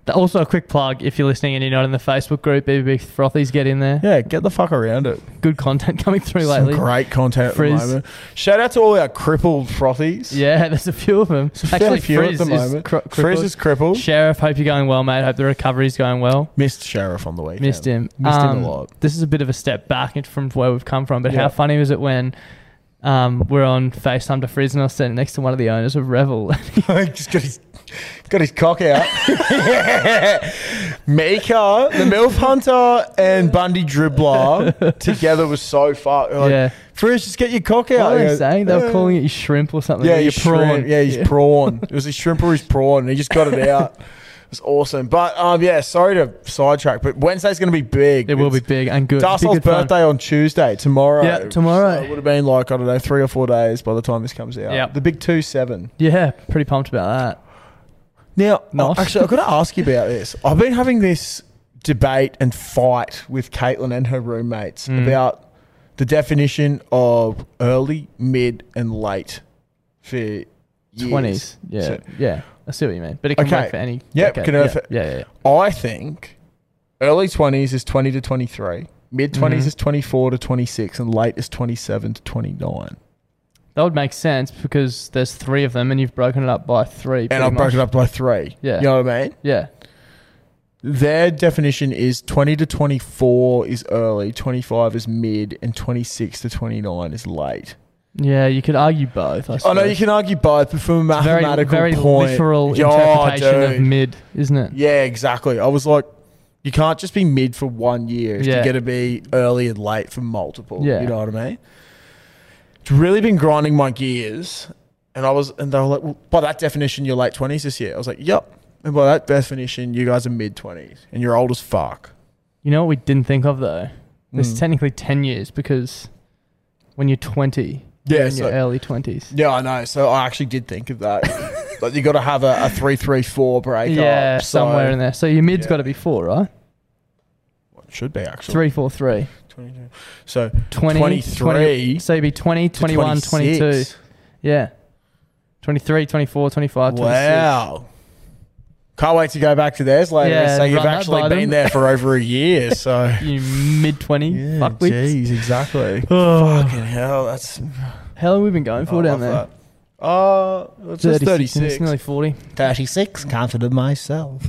th- Also, a quick plug if you're listening and you're not in the Facebook group, BBB Frothies, get in there. yeah. Get the fuck around it. Good content coming through Some lately. great content at the Frizz. moment. Shout out to all our crippled frothies. Yeah, there's a few of them. fair few at the moment. cr- Frizz is crippled. Sheriff, hope you're going well, mate. Hope the recovery's going well. Missed Sheriff on the weekend. Missed him. Missed him Um, a lot. This is a bit of a step back in- from where we've come from, but Yeah. how funny was it when um, we're on FaceTime to Frizz and I was sitting next to one of the owners of Revel? He's got his got his cock out. Maker, the MILF Hunter, and Bundy Dribbler together was so far. Like, Yeah. Frizz, just get your cock out. what were He they goes, saying? They were "Yeah." calling it his shrimp or something. Yeah, or your your prawn. Yeah, his prawn. It was his shrimp or his prawn, and he just got it out. It was awesome. But um, yeah, sorry to sidetrack, but Wednesday's going to be big. It will be It's big and good. Be Darcel's good fun. birthday on Tuesday, tomorrow. Yeah, tomorrow. So it would have been like, I don't know, three or four days by the time this comes out. Yeah. The big 2 7. Yeah, pretty pumped about that. Now, Not. I- actually, I've got to ask you about this. I've been having this debate and fight with Caitlin and her roommates Hmm. about the definition of early, mid, and late for years. 20s. Yeah, So- yeah. I see what you mean. But it can Okay. work for any. Yep, decade. can yeah. work for- yeah, yeah, yeah. I think early 20s is 20 to 23, mid 20s Mm-hmm. is 24 to 26, and late is 27 to 29. That would make sense because there's three of them and you've broken it up by three. And pretty I've broken much. it up by three. Yeah. You know what I mean? Yeah. Their definition is 20 to 24 is early, 25 is mid, and 26 to 29 is late. Yeah, you could argue both. I, I know suppose. you can argue both, but from a Very, mathematical very point, literal Yeah, interpretation of dude. mid, isn't it? Yeah, exactly. I was like, you can't just be mid for one year. Yeah. You got to be early and late for multiple. Yeah. You know what I mean? It's really been grinding my gears, and I was, and they were like, well, by that definition, you're late twenties this year. I was like, yep. And by that definition, you guys are mid twenties, and you're old as fuck. You know what we didn't think of though? There's Hmm. technically 10 years because when you're 20, Yeah, in so- your early 20s. Yeah, I know. So I actually did think of that. like you got to have a, a three three four break. Yeah, somewhere in there. So your mid's Yeah. got to be four, right? Should be actually Three, four, three. 22. So 20, 23 20 so you'd be 20, to 21, 22. 26. Yeah. 23, 24, 25, 26. Wow. Can't wait to go back to theirs later. Yeah, so you've run that actually by been them. there for over a year. So You mid 20 fuckwits. Jeez, exactly. Oh, Fucking hell, that's Oh, how long have we been going for I down love there? that. Uh, it's just 36, it's 36. nearly 40. 36, confident myself.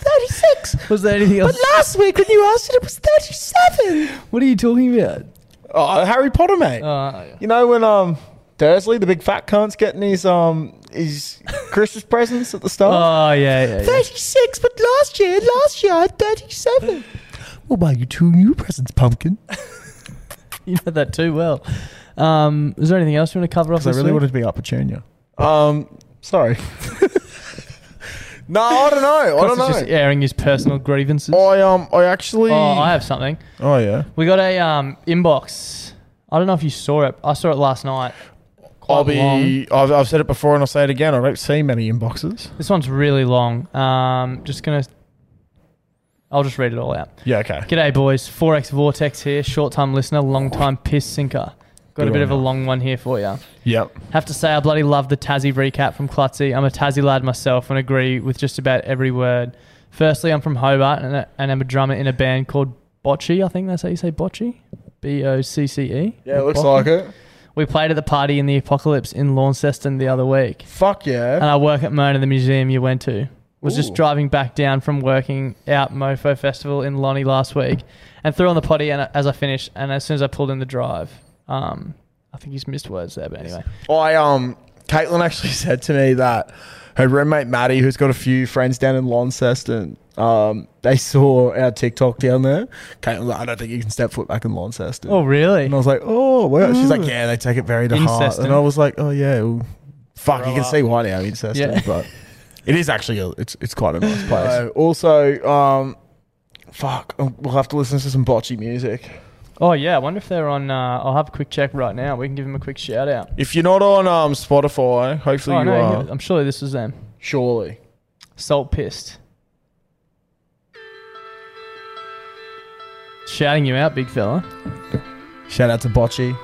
36. Was there anything else? last week when you asked it, it was 37. What are you talking about? Oh, Harry Potter, mate. Uh, yeah. You know when um Dursley, the big fat cunt's getting his um his Christmas presents at the start. Oh, yeah, yeah, yeah. thirty six, but last year, last year I had thirty seven. We'll buy you two new presents, pumpkin. You know that too well. Um, is there anything else you want to cover off? Because I This really week? wanted to be up a junior. Um, sorry. no, I don't know. I Cox don't is know. just airing his personal grievances. Oh, I um, I actually. I have something. oh yeah. We got a um, inbox. I don't know if you saw it. I saw it last night. Quite I'll be. long. I've, I've said it before, and I'll say it again. I don't see many inboxes. This one's really long. Um, just gonna. I'll just read it all out. Yeah. Okay. G'day, boys. Forex Vortex here. Short time listener, long time piss sinker. Got Good a bit one, of a mate. long one here for you. Yep. Have to say, I bloody love the Tassie recap from Clutzy. I'm a Tassie lad myself and agree with just about every word. Firstly, I'm from Hobart and, I- and I'm a drummer in a band called Bocce. I think that's how you say Bocce. B O C C E. Yeah, it looks Bocce. like it. We played at the party in the apocalypse in Launceston the other week. Fuck And yeah. I work at Mona, the museum you went to. Was just Ooh. driving back down from working out Mofo Festival in Lonnie last week and threw on the potty and as I finished and as soon as I pulled in the drive, um, I think he's missed words there, but anyway. I um, Caitlin actually said to me that her roommate Maddie, who's got a few friends down in Launceston, um, they saw our TikTok down there. Caitlin, was like, I don't think you can step foot back in Launceston. Oh really? And I was like, oh, well. She's like, yeah, they take it very to heart. Incestin. And I was like, oh, yeah. well, fuck, you can see why now, incestin. Yeah. But it is actually, a, it's, it's quite a nice place. Uh, also, um, fuck, um, we'll have to listen to some botchy music. Oh yeah, I wonder if they're on uh, I'll have a quick check right now. We can give him a quick shout out. If you're not on um, Spotify, hopefully Oh you no, are. yeah, I'm sure this was them. Surely. Salt pissed. Shouting you out, big fella. Shout out to Bocce.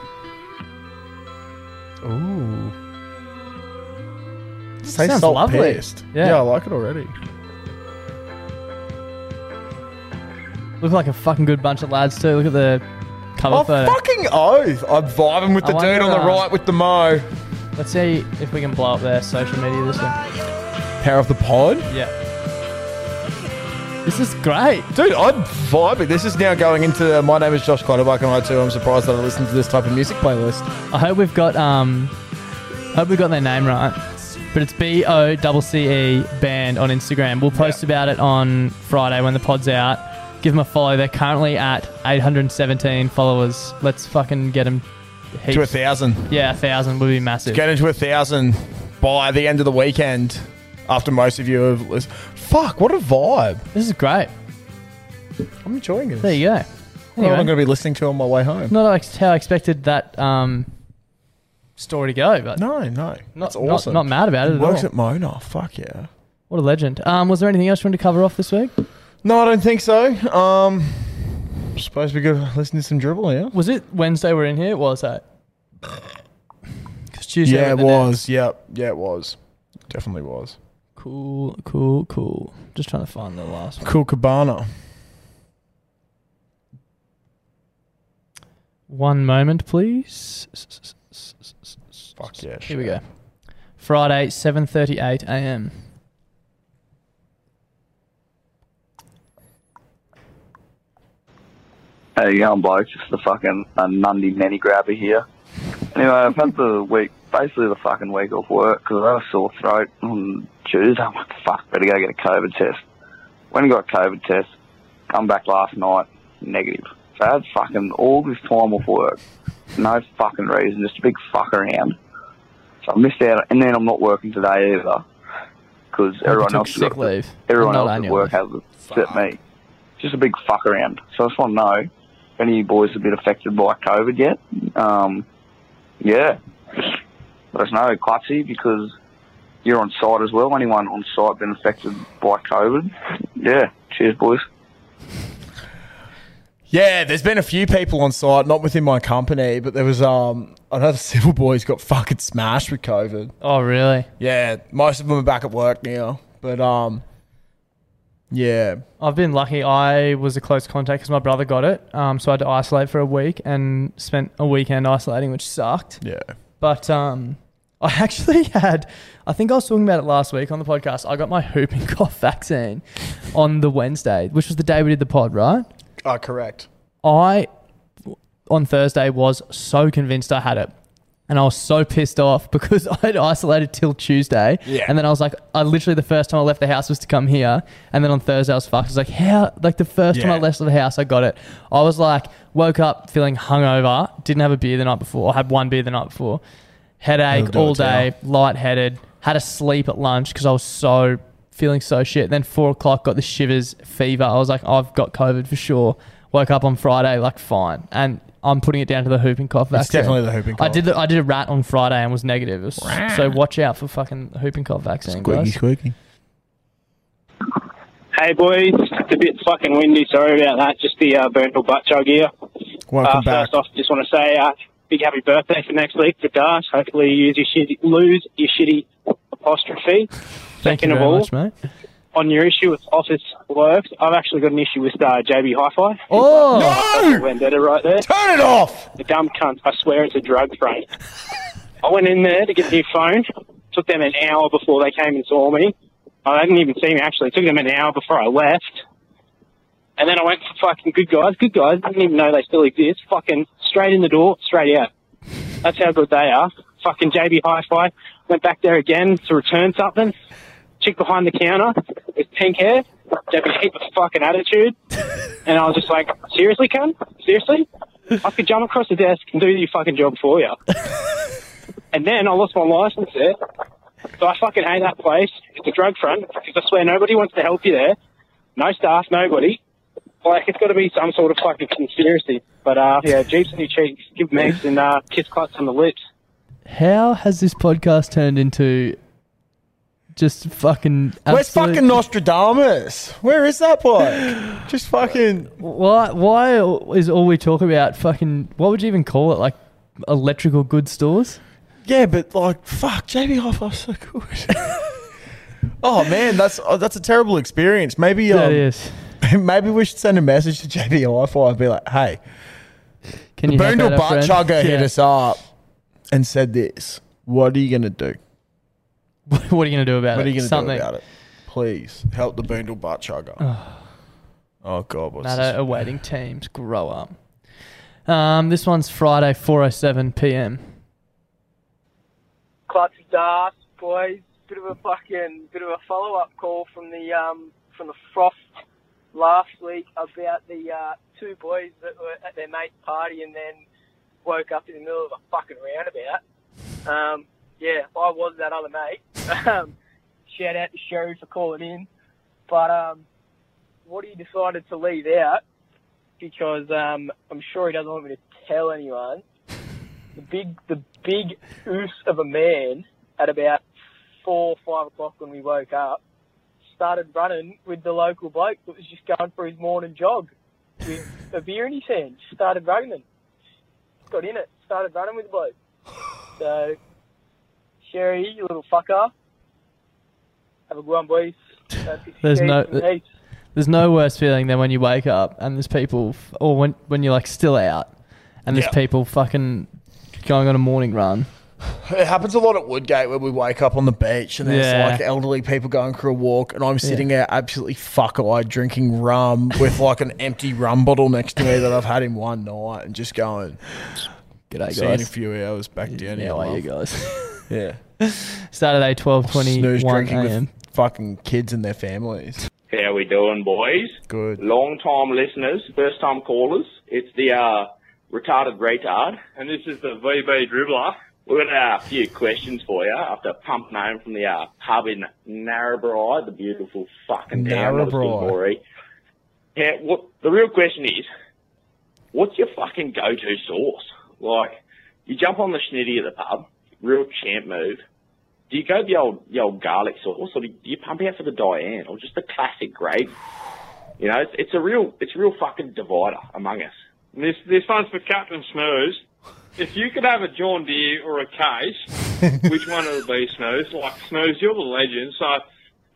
Ooh. Say sounds salt lovely. pissed. Yeah. yeah, I like it already. Look like a fucking good bunch of lads too. Look at the cover Oh, photo. fucking oath. I'm vibing with I the dude wonder, on the uh, right with the mo. Let's see if we can blow up their social media this one. Power of the pod. Yeah. This is great. Dude, I'm vibing. This is now going into uh, my name is Josh Clutterbuck, and I too am surprised that I listen to this type of music playlist. I hope we've got um hope we got their name right. But it's B O C C E band on Instagram. We'll post about it on Friday when the pod's out. Give them a follow. They're currently at 817 followers. Let's fucking get them. To a thousand. Yeah, a thousand would be massive. Get into a thousand by the end of the weekend. After most of you have listened. Fuck, what a vibe. This is great. I'm enjoying it. There you go. What am I Anyway. going to be listening to on my way home? Not ex- how I expected that um, story to go, but No, no. Not, not, not, not mad about it at Works all. at Mona. Fuck yeah. What a legend. Um, was there anything else you wanted to cover off this week? No, I don't think so. Um, suppose we could listen to some dribble here. Was it Wednesday we're in here? Was that? 'Cause Tuesday we're Yeah, it in there. was. Yep. Yeah, it was. Definitely was. Cool, cool, cool. Just trying to find the last one. Cool Cabana. One moment, please. Fuck yeah. Here we go. Friday, 7.38 a.m. How you going, blokes? It's the fucking uh, Nundy Nanny Grabber here. Anyway, I've had the week, basically the fucking week off work because I had a sore throat on Tuesday. I'm like, fuck, better go get a COVID test. Went and got a COVID test, come back last night, negative. So I had fucking all this time off work. No fucking reason, just a big fuck around. So I missed out, and then I'm not working today either because everyone took else has got sick the- leave. Everyone Not else at annual work leave. has it, except me. Just a big fuck around. So I just want to know if any of you boys have been affected by COVID yet. Um, yeah. Let us know, Clutzy, because you're on site as well. Anyone on site been affected by COVID? Yeah. Cheers, boys. Yeah, there's been a few people on site, not within my company, but there was um another civil boy's got fucking smashed with COVID. Oh, really? Yeah, most of them are back at work now, but um, yeah, I've been lucky. I was a close contact because my brother got it. Um, so I had to isolate for a week and spent a weekend isolating, which sucked. yeah. But um, I actually had, I think I was talking about it last week on the podcast. I got my whooping cough vaccine on the Wednesday, which was the day we did the pod, right? Oh, correct. I, on Thursday, was so convinced I had it. And I was so pissed off because I had isolated till Tuesday. Yeah. And then I was like, I literally, the first time I left the house was to come here. And then on Thursday, I was fucked. I was like, how? Like, the first time I Yeah. left the house, I got it. I was like, woke up feeling hungover, didn't have a beer the night before, I had one beer the night before, That'll headache do all it, yeah. day, lightheaded, had a sleep at lunch because I was so feeling so shit. Then four o'clock, got the shivers, fever. I was like, I've got COVID for sure. Woke up on Friday, like fine, and I'm putting it down to the whooping cough vaccine. definitely the whooping I cough. did the, I did a rat on Friday and was negative. It was- so watch out for fucking whooping cough vaccine, guys. squeaky. Hey boys, it's a bit fucking windy. Sorry about that. Just the uh, burnt butt chug here. Welcome uh, back. First off, just want to say uh, big happy birthday for next week to Dash. Hopefully, you use your shitty, lose your shitty apostrophe. Thank Second you of very all, much, mate. on your issue with office works, I've actually got an issue with uh, JB Hi-Fi. Oh, That's a vendetta right there. Turn it off. The dumb cunt. I swear it's a drug frame. I went in there to get a new phone. Took them an hour before they came and saw me. I didn't even see me actually. Took them an hour before I left. And then I went for fucking good guys. Good guys. Didn't even know they still exist. Fucking straight in the door, straight out. That's how good they are. Fucking JB Hi-Fi. Went back there again to return something. Chick behind the counter with pink hair. JB heap of fucking attitude. And I was just like, seriously, Ken? Seriously? I could jump across the desk and do your fucking job for you. and then I lost my license there. So I fucking hate that place. It's a drug front because I swear nobody wants to help you there. No staff, nobody. Like, it's got to be some sort of fucking conspiracy. But, uh, yeah, jeeps on your cheeks, give megs and, uh, kiss clutch on the lips. how has this podcast turned into just fucking? Where's absolute- fucking Nostradamus? Where is that bloke? Just fucking. Why? Why is all we talk about fucking? What would you even call it? Like electrical goods stores? Yeah, but like, fuck, JB Hi-Fi's so good. oh man, that's oh, that's a terrible experience. Maybe um, That is. maybe we should send a message to JB Hi-Fi and be like, hey, Can you help Boondle out our Butt friend? Chugger hit Yeah. us up and said this. What are you gonna do? What are you gonna do about it? What are you gonna Something. do about it? Please help the Boondle Butt Chugger. oh God, what's Not this? awaiting teams grow up. Um, this one's Friday, 4:07 p.m. Clutch Dart boys. Bit of a fucking bit of a follow up call from the um from the froth last week about the uh, two boys that were at their mate's party and then woke up in the middle of a fucking roundabout. Um, yeah, I was that other mate. Um, shout out to Sherry for calling in. But um, what he decided to leave out because um, I'm sure he doesn't want me to tell anyone the big the big oof of a man at about four five o'clock when we woke up started running with the local bloke that was just going for his morning jog with a beer in his hand. Just started running, him. got in it, started running with the bloke. So, Sherry, you little fucker, have a good one, boys. That's it. There's no- Peace and peace. There's no worse feeling than when you wake up and there's people, f- or when when you're like still out, and there's Yeah. people fucking going on a morning run. It happens a lot at Woodgate where we wake up on the beach and there's Yeah. like elderly people going for a walk, and I'm sitting out absolutely fuck eyed drinking rum with like an empty rum bottle next to me that I've had in one night and just going, G'day see you in a guys. few hours back down here. How are you love." guys? Yeah. Saturday, 12:21 Snooze drinking a.m. with fucking kids and their families. How we doing, boys? Good. Long time listeners, first time callers. It's the uh, retarded retard, and this is the VB dribbler. We've got uh, a few questions for you after pumping home from the uh, pub in Narrabri, the beautiful fucking town of the Narrabri. Sunbury. Yeah, what the real question is, what's your fucking go-to sauce? Like, you jump on the schnitty at the pub, real champ move. Do you go the old the old garlic sauce, or do you pump out for the Diane, or just the classic grade? You know, it's, it's a real it's a real fucking divider among us. This this one's for Captain Snooze. If you could have a John Deere or a case, which one would it be, Snooze? Like Snooze, you're the legend. So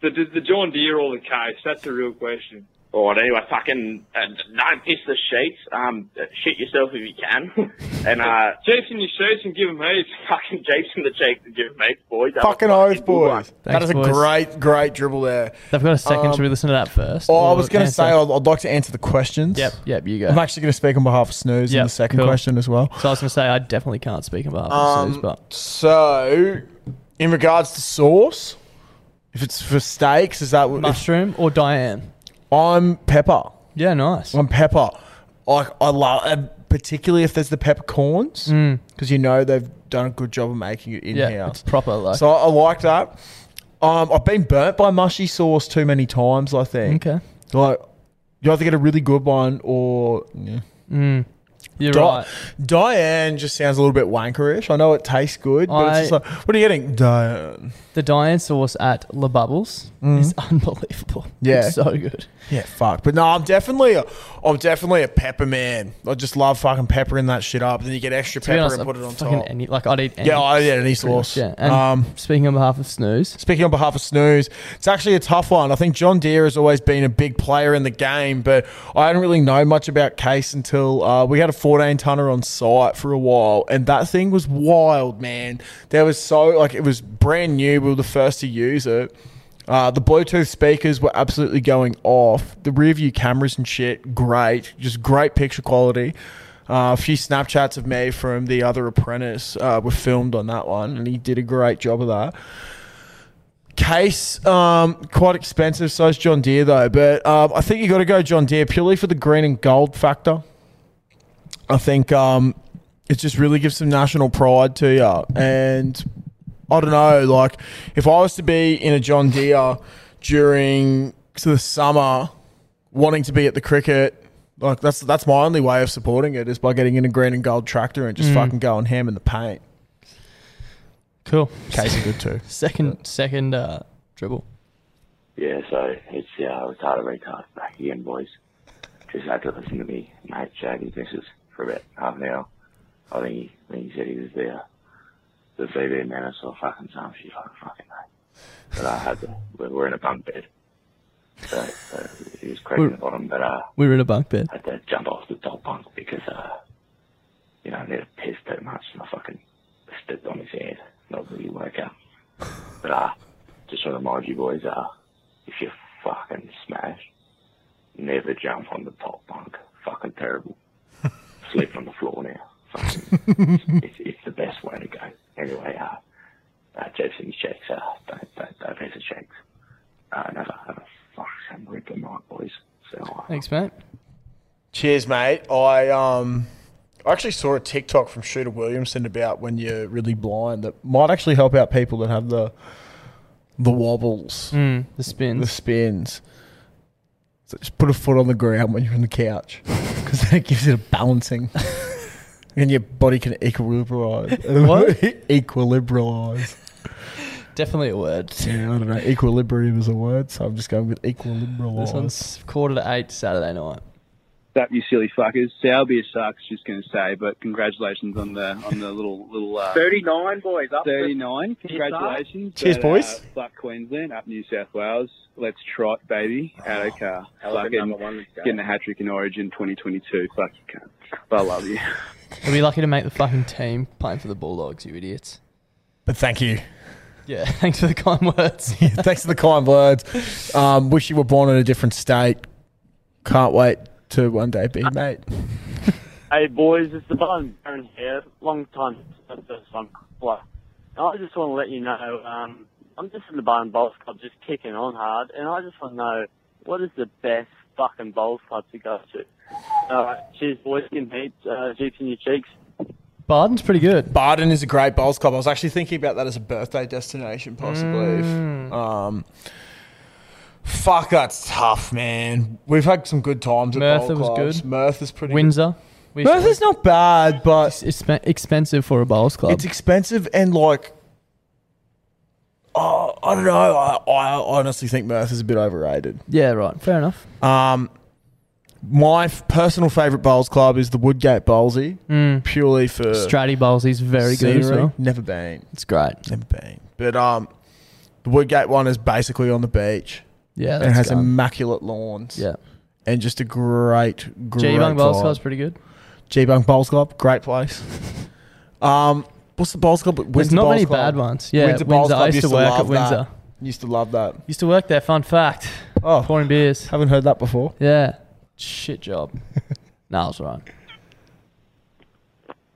the the, the John Deere or the case? That's the real question. All right, anyway, fucking uh, don't piss the sheets. Um, shit yourself if you can, and uh, Chiefs in your sheets and give them heaps. fucking jeeps in the cheeks and give me boys. That was Fucking oath, good one. boys. that is a boys. great, great dribble there. They've got a second. Um, Should we listen to that first? Oh, I Or was going to answer? say, I'd, I'd like to answer the questions. Yep, yep, you go. I'm actually going to speak on behalf of Snooze in Yep, the second cool. question as well. so I was going to say I definitely can't speak on behalf of Suze, Um, but so, in regards to sauce, if it's for steaks, is that what mushroom or Diane? I'm pepper. Yeah, nice. I'm pepper. Like I love, and particularly if there's the peppercorns, because you know they've done a good job of making it in Mm. yeah, it's house. proper. Like, So I, I like that. Um, I've been burnt by mushy sauce too many times. I think. okay. Mm. Like you either get a really good one or yeah. You're Di- right. Diane just sounds a little bit wankerish. I know it tastes good, but it's just I- like, what are you getting? Diane. The Diane sauce at La Bubbles is unbelievable. Mm-hmm. Yeah. It's so good. Yeah, fuck. But no, I'm definitely, a, I'm definitely a pepper man. I just love fucking peppering that shit up. Then you get extra To be pepper honest, and put it on fucking top. Any, like I'd eat. Any, yeah, I, yeah, any pretty sauce. much, Yeah. And um, speaking on behalf of Snooze, Speaking on behalf of Snooze, it's actually a tough one. I think John Deere has always been a big player in the game, but I didn't really know much about Case until uh, we had a 14 tonner on site for a while, and that thing was wild, man. There was so like it was brand new. We were the first to use it. Uh, the Bluetooth speakers were absolutely going off. The rear view cameras and shit, great. Just great picture quality. Uh, a few Snapchats of me from the other apprentice uh, were filmed on that one, and he did a great job of that case um, quite expensive so is john deere though but um, i think you got to go john deere purely for the green and gold factor i think um, it just really gives some national pride to you and i don't know like if i was to be in a john deere during the summer wanting to be at the cricket like that's that's my only way of supporting it is by getting in a green and gold tractor and just Mm. fucking going ham in the paint cool. case is good too Second, second uh, dribble. Yeah, so it's uh, retarded retard back again, boys. Just had to listen to me, mate, shag his missus for about half an hour. I think he, I think he said he was there. The VB menace or fucking some shit, I don't fucking know. But I had to, we were in a bunk bed. So, so he was cracking the bottom, but uh, We were in a bunk bed. I had to jump off the top bunk because, uh, you know, I needed to piss too much and I fucking stepped on his hand. Not really work out. But, uh, just want to remind you boys, uh, if you fucking smash, never jump on the top bunk. Fucking terrible. Sleep on the floor now. Fucking, it's, it's the best way to go. Anyway, uh, uh, Jepson's checks, uh, don't, don't, don't miss the checks. Uh, never, never, fuck, some rip them night, boys. So, uh, Thanks, mate. Cheers, mate. I um, I actually saw a TikTok from Shooter Williamson about when you're really blind that might actually help out people that have the the wobbles, Mm, the spins. the spins. So just put a foot on the ground when you're on the couch because then it gives it a balancing. And your body can equilibrize. What? equilibrize. Definitely a word. Yeah, I don't know. Equilibrium is a word, so I'm just going with equilibrize. This one's quarter to eight Saturday night. That you silly fuckers. Sour beer sucks. Just going to say, but congratulations on the on the little little uh, 39 boys up. thirty nine. Congratulations, Cheers, But, boys. Uh, fuck Queensland, up New South Wales. Let's trot, baby. Adokar, fucking getting a hat trick in Origin 2022. Fuck you, cunt. But I love you. We'll be lucky to make the fucking team playing for the Bulldogs, you idiots. But thank you. Yeah, thanks for the kind words. Thanks for the kind words. Um, wish you were born in a different state. Can't wait to one day be mate. Hey boys, it's the bun. Aaron here. Long time since the first one. Like, I just want to let you know, um, I'm just in the bun bowls club, just kicking on hard, and I just want to know what is the best fucking bowls club to go to. All right, cheers, boys. Getting heaps, uh, jeeps in your cheeks. Barden's pretty good. Barden is a great bowls club. I was actually thinking about that as a birthday destination, possibly. Mm. if- Um, fuck, that's tough, man. We've had some good times at Merthyr bowl was clubs. good. Merthyr pretty Windsor. We good. Merthyr's not bad, but it's expen- expensive for a bowls club. It's expensive and like, oh, I don't know. I, I honestly think Merth is a bit overrated. yeah, right. Fair enough. Um, my f- personal favorite bowls club is the Woodgate Bowlsy, Mm. purely for Strati bowls is very good as scenery. well. Never been, It's great. never been. But um, the Woodgate one is basically on the beach. Yeah, and it that's has good. immaculate lawns. yeah. and just a great, great. G Bung Bowls vibe. Club's pretty good. G Bung Bowls Club, great place. um, what's the bowls club? There's Windsor not Bowls many Club. bad ones. Yeah, Windsor. Windsor Bowls I Club used, used to to work at love that. Windsor. Used to love that. Used to work there. Fun fact. Oh, Pouring beers. haven't heard that before. Yeah. Shit job. nah, it's alright.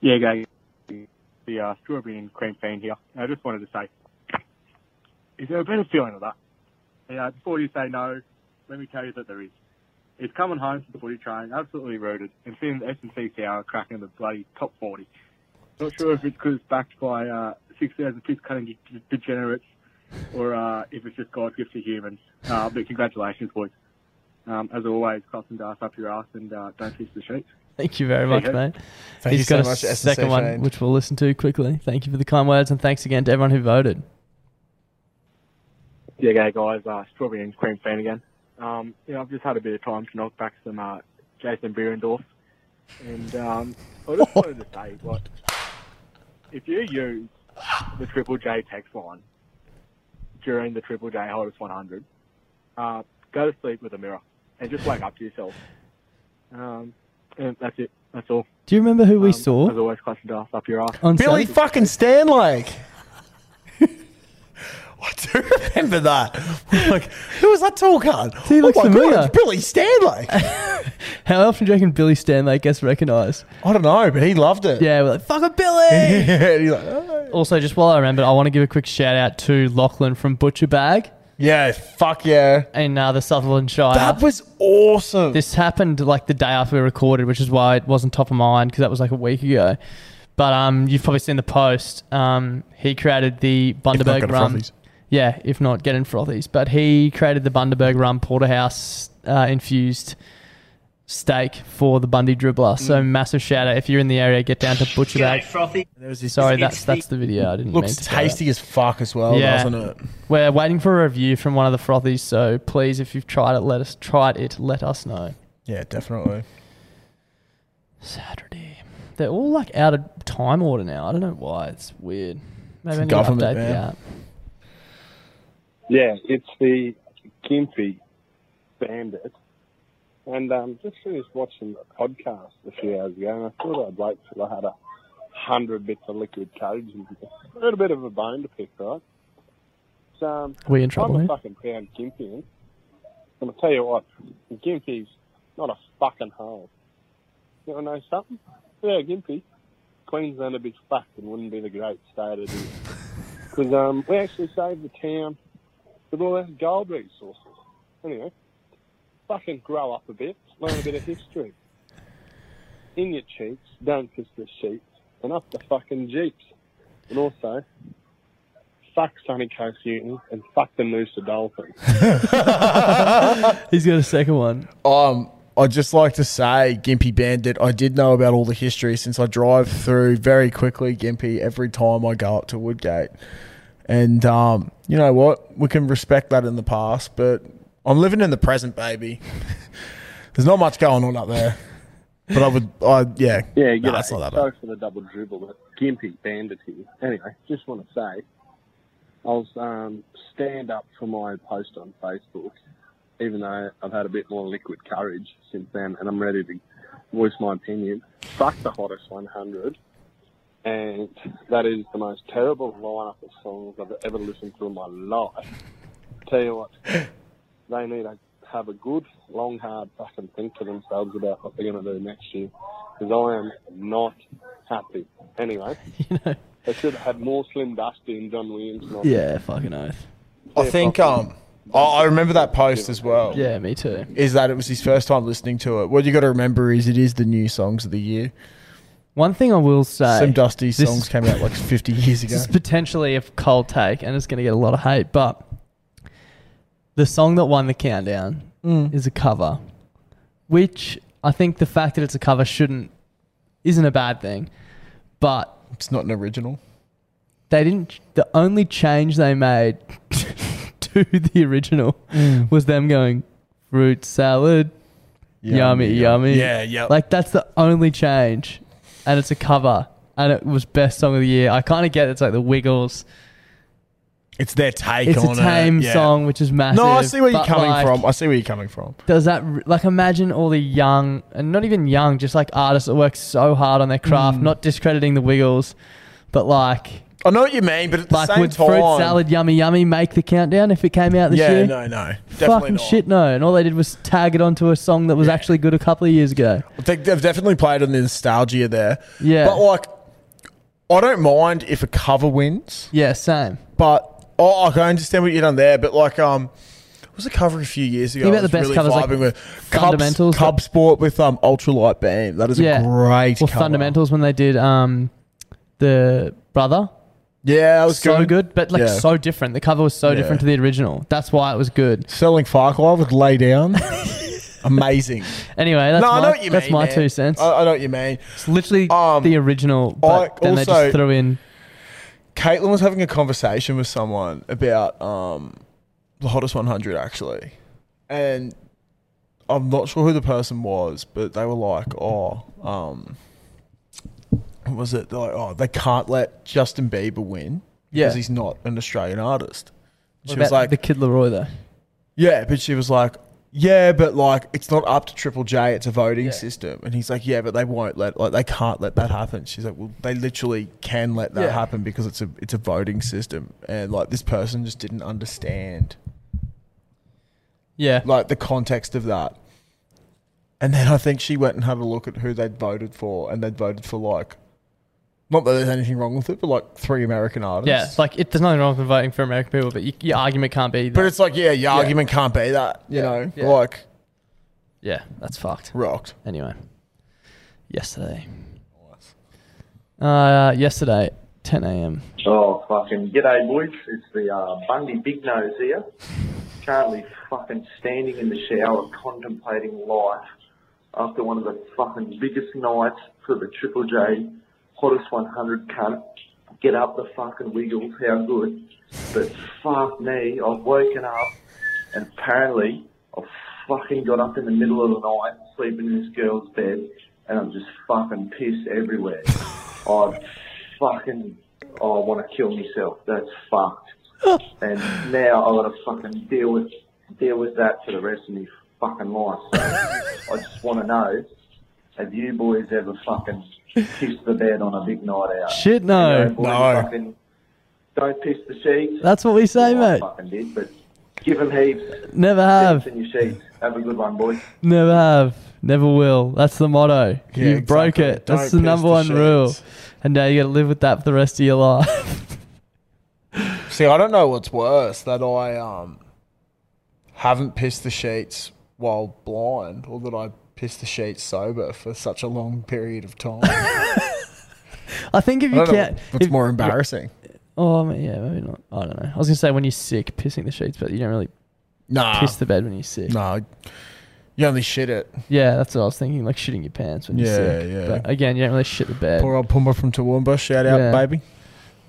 Yeah, guys. The uh, strawberry and cream fan here. I just wanted to say, is there a better feeling of that? Yeah, before you say no, let me tell you that there is. It's coming home from the footy train, absolutely rooted, and seeing the S&C Tower cracking the bloody top 40. Not sure if it's because it's backed by uh, 6,000 fist-cutting de- de- degenerates or uh, if it's just God's gift to humans. Uh, but congratulations, boys. Um, as always, cross and dust up your ass and uh, don't kiss the sheets. Thank you very There you go. much, mate. Thank He's you got so a much, SSC second one, Shane. which we'll listen to quickly. Thank you for the kind words, and thanks again to everyone who voted. Yeah, okay, guys, uh, Strawberry and Cream fan again. Um, yeah, I've just had a bit of time to knock back some uh, Jason Beerendorf. And um, I just wanted to say, like, if you use the Triple J text line during the Triple J Hottest 100, uh, go to sleep with a mirror and just wake up to yourself. Um, and that's it. That's all. Do you remember who we Um, As saw? always, clutching to up your ass. On Billy Saturday? fucking Stanlake. I do remember that. Like, who was that tall card? He looks oh my familiar. god, it's Billy Stanlake. How often do you reckon Billy Stanley gets recognised? I don't know, but he loved it. Yeah, we're like, fuck a Billy! and he's like, Also, just while I remember, I want to give a quick shout out to Lachlan from Butcher Bag. Yeah, fuck yeah. In uh, the Sutherland Shire. That was awesome. This happened like the day after we recorded, which is why it wasn't top of mind because that was like a week ago. But um, you've probably seen the post. Um, he created the Bundaberg go to rum. Frothy's. Yeah, if not, get in frothies. But he created the Bundaberg rum porterhouse uh, infused steak for the Bundy dribbler. Mm. So massive shout out if you're in the area, get down to Butcher Bag. frothy. There was this Sorry, that's that's the video. I didn't. Looks mean to do that. tasty as fuck as well, doesn't it? We're waiting for a review from one of the frothies, so please, if you've tried it, let us tried it. Let us know. Yeah, definitely. Saturday. They're all like out of time order now. I don't know why. It's weird. Maybe It's I need to government, update man. the app. Yeah, it's the Gimpy Bandit. And um, just finished watching a podcast a few hours ago, and I thought I'd wait till I had a hundred bits of liquid courage and a little bit of a bone to pick, right? So, um, We in trouble eh? I here? fucking found Gimpy in. And I'll tell you what, Gimpy's not a fucking hole. You wanna know something? Yeah, Gimpy. Queensland would be fucked and wouldn't be the great state it is. Because um, we actually saved the town with all those gold resources. Anyway, fucking grow up a bit, learn a bit of history. In your cheeks, don't kiss the sheets, and up the fucking jeeps. And also, fuck Sunny Coast Uni and fuck the Noosa Dolphins. He's got a second one. Um, I'd just like to say, Gimpy Bandit, I did know about all the history since I drive through very quickly Gimpy every time I go up to Woodgate. And um, you know what? We can respect that in the past, but I'm living in the present, baby. There's not much going on up there. But I would, I yeah, Yeah, nah, yeah. it's not that bad. Sorry for the double dribble, but gimpy bandit here. Anyway, just want to say, I was um, stand up for my post on Facebook, even though I've had a bit more liquid courage since then, and I'm ready to voice my opinion. Fuck the hottest 100, and that is the most terrible lineup of songs I've ever listened to in my life. Tell you what, they need to have a good, long, hard fucking think to themselves about what they're going to do next year because I am not happy. Anyway, they should have had more Slim Dusty and John Williams. Not Yeah, fucking oath. I think um, I, I remember that post as well. Yeah, me too. Is that it was his first time listening to it? What you got to remember is it is the new songs of the year. One thing I will say, Some Dusty this- songs came out like 50 years ago. This is potentially a cold take, and it's going to get a lot of hate. But the song that won the countdown Mm. is a cover, which I think the fact that it's a cover shouldn't isn't a bad thing, but it's not an original. They didn't. The only change they made to the original Mm. was them going fruit salad, Yummy, yummy, yummy." yummy. Yeah, yep. Like that's the only change, and it's a cover, and it was best song of the year. I kind of get it's like the Wiggles. It's their take It's a on tame it. yeah. song, which is massive, No, I see where you're but, coming like- from. I see where you're coming from. Does that r- like imagine all the young and not even young, just like artists that work so hard on their craft, Mm. not discrediting the Wiggles, but like I know what you mean, but at the like same would time, fruit salad yummy yummy make the countdown if it came out this Yeah, year? no, no, definitely fucking not. shit no. And all they did was tag it onto a song that was actually good a couple of years ago. I think they've definitely played on the nostalgia there. Yeah. But like, I don't mind if a cover wins. Yeah, same. But oh, I can understand what you've done there. But like, um, it was a cover a few years ago. Think I about the was best covers, like, vibing with Fundamentals. Cubs, Cub Sport with um ultralight beam. That is a great Well, cover. fundamentals when they did um the brother. Yeah, that was so good. good. but like Yeah. so different. The cover was so Yeah. different to the original. That's why it was good. Selling Farquhar with lay down. Amazing. Anyway, that's no, my, I know what you that's mean. my man. Oh, two cents. I, I know what you mean. Um, It's literally the original, but then they also- just threw in. Caitlin was having a conversation with someone about um, the hottest 100, actually. And I'm not sure who the person was, but they were like, oh, um, what was it? They're like, oh, they can't let Justin Bieber win because Yeah. he's not an Australian artist. What about the Kid Leroy though? Yeah, but she was like, yeah, but like it's not up to Triple J, it's a voting system. And he's like, yeah, but they won't let like they can't let that happen. She's like, well, they literally can let that Yeah. happen because it's a it's a voting system. And like this person just didn't understand. Yeah. Like the context of that. And then I think she went and had a look at who they'd voted for and they'd voted for like not that there's anything wrong with it, but like three American artists. Yeah, like it, there's nothing wrong with voting for American people, but you, your argument can't be. That. But it's like, yeah, your argument can't be that, you know. yeah. Like Yeah, that's fucked. Rocked. Anyway, yesterday. Uh, yesterday, 10 a.m. Oh, fucking g'day, boys. It's the uh, Bundy Big Nose here. Currently fucking standing in the shower contemplating life after one of the fucking biggest nights for the Triple J hottest 100 cunt. Get up the fucking wiggles, how good. But fuck me, I've woken up and apparently I've fucking got up in the middle of the night sleeping in this girl's bed and I'm just fucking pissed everywhere. I fucking oh, I want to kill myself. That's fucked. and now I got to fucking deal with deal with that for the rest of my fucking life. So I just want to know: Have you boys ever fucking pissed the bed on a big night out? Shit, no. You know, boys, No. Fucking, don't piss the sheets. That's what we say, I mate. fucking did, but give them heaps. Never have. Piss in your sheets. Have a good one, boys. Never have, never will. That's the motto. Yeah, You've broke exactly. it. Don't That's the piss number the one rule. sheets. And now you got to live with that for the rest of your life. See, I don't know what's worse that I um haven't pissed the sheets while blind, or that I pissed the sheets sober for such a long period of time. I think if I you don't know can't, what's if- more embarrassing. Oh, I mean, yeah, maybe not. I don't know. I was gonna say when you're sick, pissing the sheets, but you don't really Nah. piss the bed when you're sick. No, you only shit it. Yeah, that's what I was thinking. Like shitting your pants when Yeah, you're sick. yeah. But again, you don't really shit the bed. Poor old Pumba from Toowoomba, shout out, baby.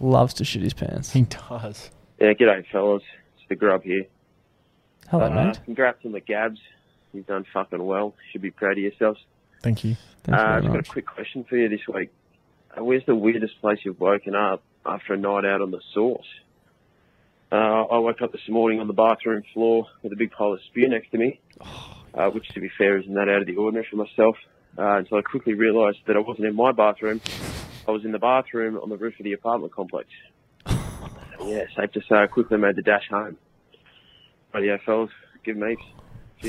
Loves to shit his pants. He does. Yeah, g'day, fellas. It's the grub here. Hello, Uh, mate. Congrats on the Gabs. You've done fucking well. Should be proud of yourselves. Thank you. Uh, I've got a quick question for you this week. Uh, where's the weirdest place you've woken up after a night out on the sauce? Uh, I woke up this morning on the bathroom floor with a big pile of spew next to me, uh, which, to be fair, isn't that out of the ordinary for myself, uh, until I quickly realised that I wasn't in my bathroom. I was in the bathroom on the roof of the apartment complex. yeah, safe to say I quickly made the dash home. But yeah, fellas, give me.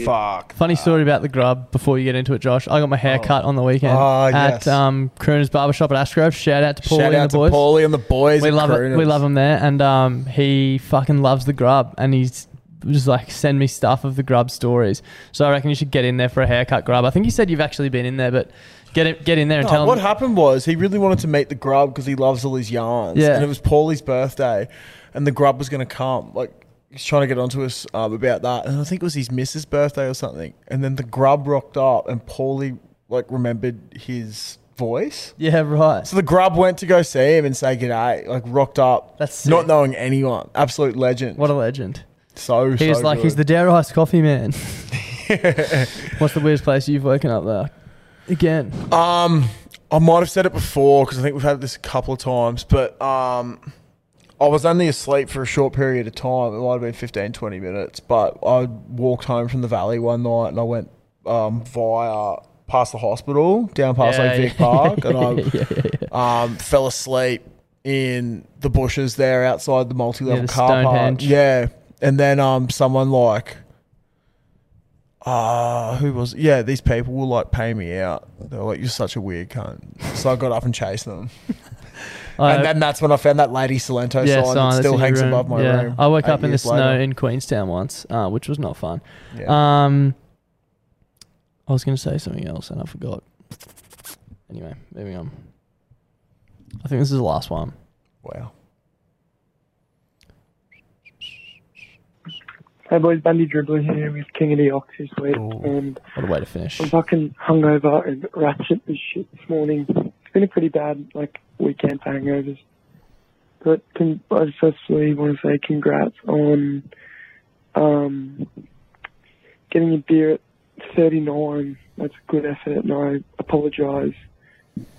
Fuck. Funny story about the grub before you get into it, Josh. I got my hair cut on the weekend Oh, yes. at um, Crooner's Barbershop at Ashgrove. Shout out to Paulie shout and out the to boys. Paulie and the boys. we at love it. We Crooners. love him there, and um, he fucking loves the grub, and he's just like send me stuff of the grub stories. So I reckon you should get in there for a haircut, grub. I think you said you've actually been in there, but get it, get in there and No, tell Oh, what him. happened was he really wanted to meet the grub because he loves all his yarns. Yeah. And it was Paulie's birthday, and the grub was going to come. Like, he's trying to get onto us um, about that. And I think it was his missus' birthday or something. And then the grub rocked up, and Paulie, like, remembered his voice. Yeah, right. So the grub went to go see him and say g'day. Like, rocked up. That's Not knowing anyone. Absolute legend. What a legend. So, He was so like, good. he's the Dare Ice Coffee Man. What's the weirdest place you've woken up there? Again. Um, I might have said it before because I think we've had this a couple of times, but um, I was only asleep for a short period of time. It might have been 15, 20 minutes, but I walked home from the valley one night and I went um, via past the hospital, down past Yeah, Lake Vic yeah. Park, and I Yeah, Um, fell asleep in the bushes there outside the multi-level Yeah, the car park. Stonehenge. Yeah, and then um, someone like uh, who was yeah, these people will like pay me out. They were like, You're such a weird cunt. So I got up and chased them. I- and then that's when I found that Lady Salento sign sign that that's still in your hangs room. above my Yeah. room. I woke eight up in the years snow later. in Queenstown once, uh, which was not fun. Yeah. Um, I was going to say something else and I forgot. Anyway, moving on. I think this is the last one. Wow. Hey boys, Bandy Dribbler here with King of the Ox this week, and What a way to finish. I'm fucking hungover and ratchet as shit this morning. It's been a pretty bad like weekend for hangovers. But con- I just firstly want to say congrats on um, getting a beer at 39. That's a good effort, and I apologise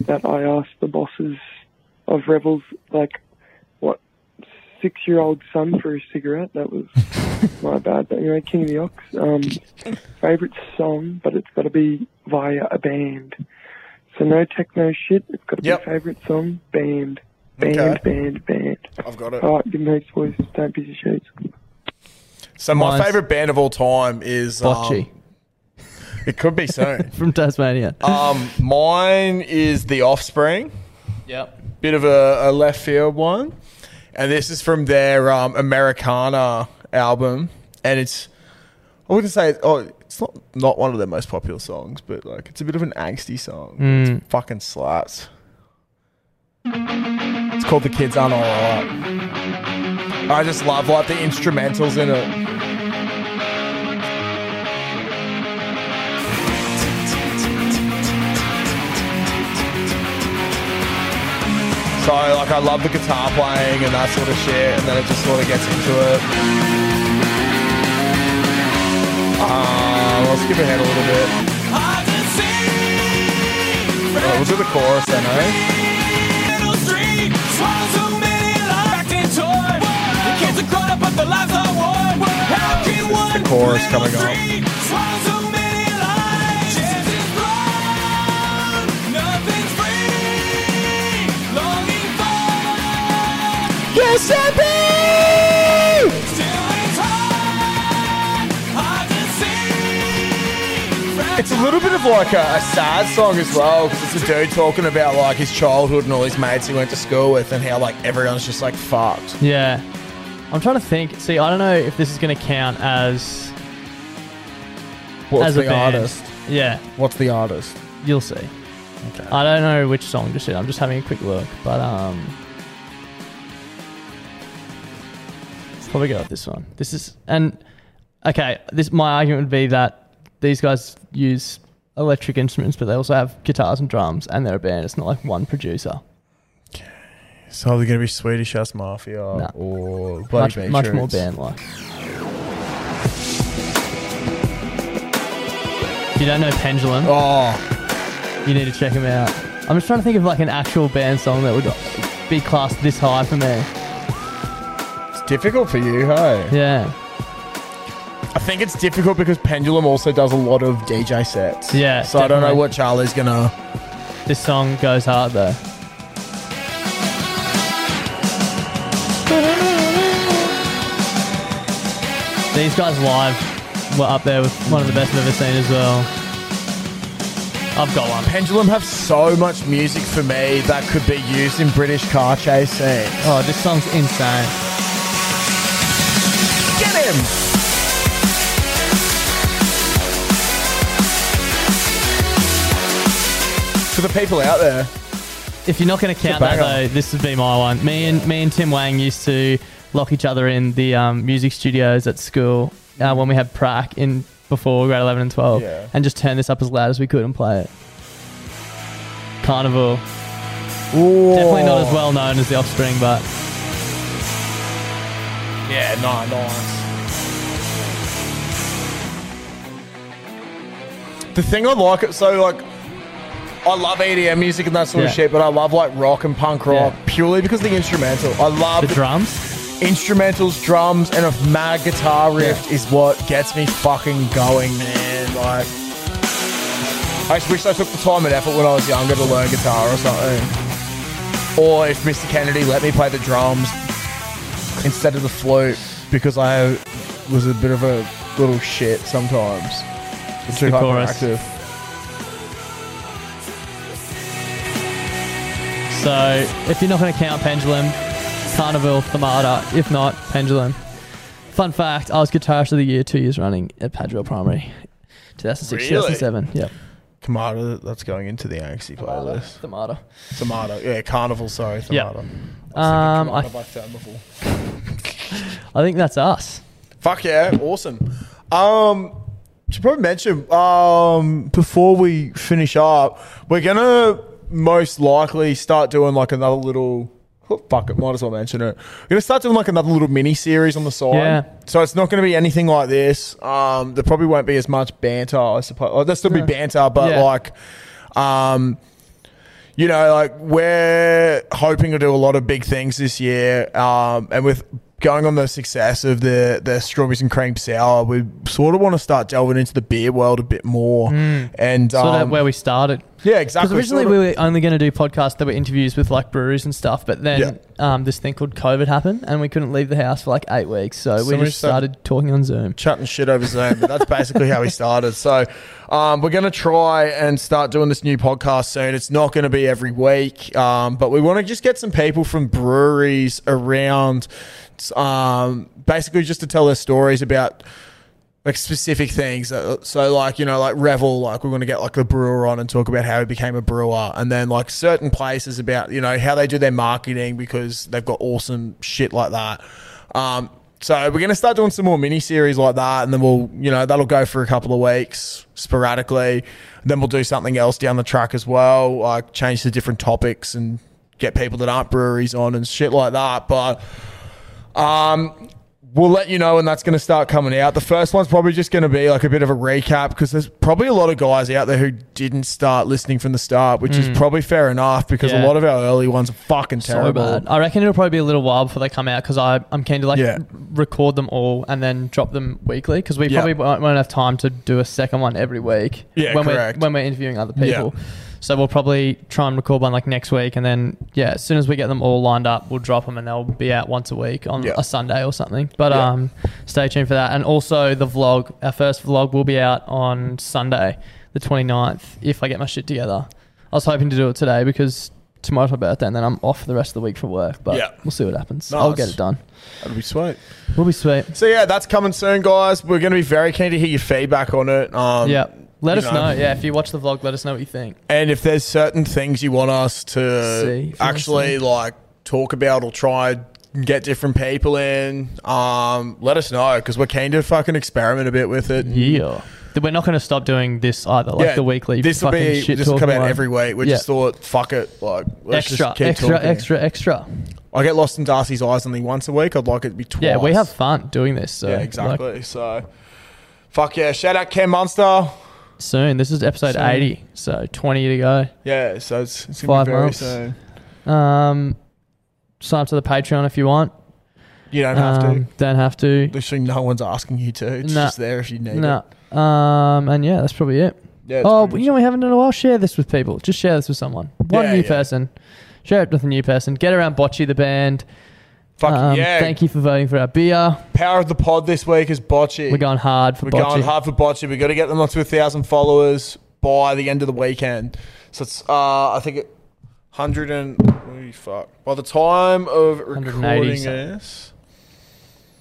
that I asked the bosses of Rebels like what six-year-old son for a cigarette. That was my bad. But anyway, King of the Ox. Um, favorite song, but it's got to be via a band. So no techno shit. It's got to be favorite song, band, band, Okay. band, band. I've got it. All right, give me those boys. Don't be the shades. So my Mine's- favorite band of all time is um, Bocce. it could be soon. From Tasmania. um, mine is The Offspring. Yep. Bit of a, a left field one, and this is from their um, Americana album, and it's I wouldn't say oh it's not not one of their most popular songs, but like it's a bit of an angsty song. Mm. It's fucking slaps. It's called The Kids Aren't Alright. I just love like the instrumentals in it. So like I love the guitar playing and that sort of shit, and then it just sort of gets into it. Uh, let's skip ahead a little bit. Uh, we'll do the chorus then, eh? The chorus coming up. Yes, It's a little bit of like a, a sad song as well, because it's a dude talking about like his childhood and all his mates he went to school with, and how like everyone's just like fucked. Yeah. I'm trying to think. See, I don't know if this is going to count as What's as a the band. artist? Yeah. What's the artist? You'll see. I don't know which song just yet. I'm just having a quick look, but um, probably go with this one. This is and okay. This my argument would be that these guys use electric instruments, but they also have guitars and drums, and they're a band. It's not like one producer. So they're gonna be Swedish House Mafia or much, much more band like. If you don't know Pendulum, oh, you need to check them out. I'm just trying to think of like an actual band song that would be classed this high for me. It's difficult for you, hey? Yeah. I think it's difficult because Pendulum also does a lot of DJ sets. Yeah, So I don't know definitely. what Charlie's gonna. This song goes hard though. These guys live were up there with one of the best I've ever seen as well. I've got one. Pendulum have so much music for me that could be used in British car chase scenes. Oh, this song's insane. Get him! For the people out there, If you're not going to a count that banger. though, this would be my one. Me and me and Tim Wang used to lock each other in the um, music studios at school uh, when we had prac in before grade 11 and 12, Yeah. and just turn this up as loud as we could and play it. Carnival, definitely not as well known as the Offspring, but Yeah, no, nice. The thing I like, so like, I love EDM music and that sort of Yeah. shit, but I love like rock and punk rock purely because of the instrumental. I love the drums, instrumentals, drums, and a mad guitar riff is what gets me fucking going, man. Like, I just wish I took the time and effort when I was younger to learn guitar or something, or if Mr. Kennedy let me play the drums instead of the flute because I was a bit of a little shit sometimes. It's Too the chorus. hyperactive. So if you're not going to count Pendulum, Carnival, Thermata, if not, Pendulum. Fun fact, I was guitarist of the year two years running at Padua Primary, 2006, Really? 2007. Yep. Tomato, that's going into the angsty playlist. Tomato. Tomato. Yeah, carnival, sorry. Yep. Tomato. Um, I, Tomato by Thermaville. I think that's us. Fuck yeah, awesome. Um, should probably mention um, before we finish up, we're gonna most likely start doing like another little. oh, fuck it, might as well mention it. We're gonna start doing like another little mini series on the side. Yeah. So it's not gonna be anything like this. Um, there probably won't be as much banter. I suppose oh, there'll still be No. banter, but Yeah. like, um, you know, like we're hoping to do a lot of big things this year. Um, and with going on the success of the the strawberries and cream sour, we sort of want to start delving into the beer world a bit more. Mm. And sort of um, where we started. Yeah, exactly. Because originally Sort we were only going to do podcasts that were interviews with like breweries and stuff, but then um, this thing called COVID happened, and we couldn't leave the house for like eight weeks, so, So we we just started- started talking on Zoom, chatting shit over Zoom. But that's basically how we started. So um, we're going to try and start doing this new podcast soon. It's not going to be every week, um, but we want to just get some people from breweries around, um, basically just to tell their stories about like specific things. Uh, So like you know like Revel, like we're going to get like the brewer on and talk about how he became a brewer, and then like certain places about you know how they do their marketing because they've got awesome shit like that. Um, so we're going to start doing some more mini series like that, and then we'll you know that'll go for a couple of weeks sporadically. Then we'll do something else down the track as well, like change to different topics and get people that aren't breweries on and shit like that. But um, we'll let you know when that's going to start coming out. The first one's probably just going to be like a bit of a recap because there's probably a lot of guys out there who didn't start listening from the start, which Mm. is probably fair enough because Yeah. a lot of our early ones are fucking So terrible. bad. I reckon it'll probably be a little while before they come out because I'm keen to like r- Yeah. record them all and then drop them weekly because we Yeah. probably won't, won't have time to do a second one every week. Yeah, when correct. We're, when we're interviewing other Yeah. people, so we'll probably try and record one like next week and then yeah, as soon as we get them all lined up, we'll drop them and they'll be out once a week on a Sunday or something. But Yeah. um, stay tuned for that. And also the vlog, our first vlog will be out on Sunday, the 29th, if I get my shit together. I was hoping to do it today because tomorrow's my birthday and then I'm off for the rest of the week for work. But Yeah. we'll see what happens. I'll Nice. get it done. That'd be sweet. We'll be sweet. So yeah, that's coming soon, guys. We're going to be very keen to hear your feedback on it. Um, yeah. Let you us know. Yeah, if you watch the vlog, let us know what you think. And if there's certain things you want us See, to if you want actually like talk about or try and get different people in, um, let us know because we're keen to fucking experiment a bit with it. Yeah. Th- We're not going to stop doing this either, like the weekly. This will fucking be shit this will come talking out one. every week. We Yeah. just thought, fuck it, like let's extra, just keep extra, talking. extra, extra. I get lost in Darcy's eyes only once a week. I'd like it to be twice. Yeah, we have fun doing this. So yeah, like, exactly. so, fuck yeah! Shout out Cam Munster. soon, this is episode Soon. eighty, so twenty to go. Yeah, so it's, it's gonna Five be very months. soon. Um, sign up to the Patreon if you want. You don't have to. Um, Don't have to. Literally, no one's asking you to. It's Nah. just there if you need no. it. Um, and yeah, that's probably it. Yeah, it's oh, pretty but you know, we haven't done a while. Share this with people. Just share this with someone. One Yeah, new yeah. person. Share it with a new person. Get around Bocce the band. Um, Fuck yeah. Thank you for voting for our beer. Power of the pod this week is Bocce. We're going hard for We're Bocce. going hard for Bocce. We've got to get them up to a thousand followers by the end of the weekend. So it's uh, I think it hundred and holy fuck. By the time of 180 recording something. this,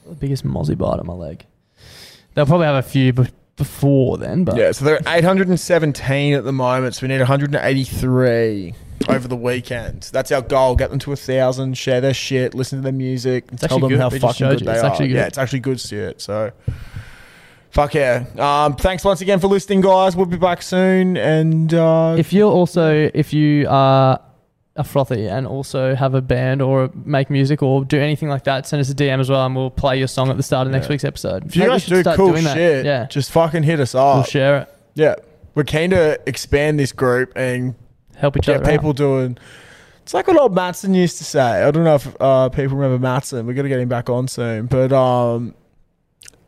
The biggest mozzie bite on my leg. They'll probably have a few be- before then, but yeah, so they're at eight hundred and seventeen at the moment. So we need one hundred and eighty three over the weekend. That's our goal. Get them to a thousand. Share their shit. Listen to their music. and It's tell actually them good. how We just fucking showed good you. they It's are. actually good. Yeah, it's actually good shit. So. Fuck yeah. Um, thanks once again for listening, guys. We'll be back soon. And uh, if you're also if you are a frothy and also have a band or make music or do anything like that, send us a DM as well, and we'll play your song at the start of next Yeah. week's episode. If you Maybe we guys should do start cool doing that. shit, yeah, just fucking hit us up. We'll share it. Yeah. We're keen to expand this group and help each get other out. people doing. It's like what old Matson used to say. I don't know if uh, people remember Matson. We're gonna get him back on soon, but um,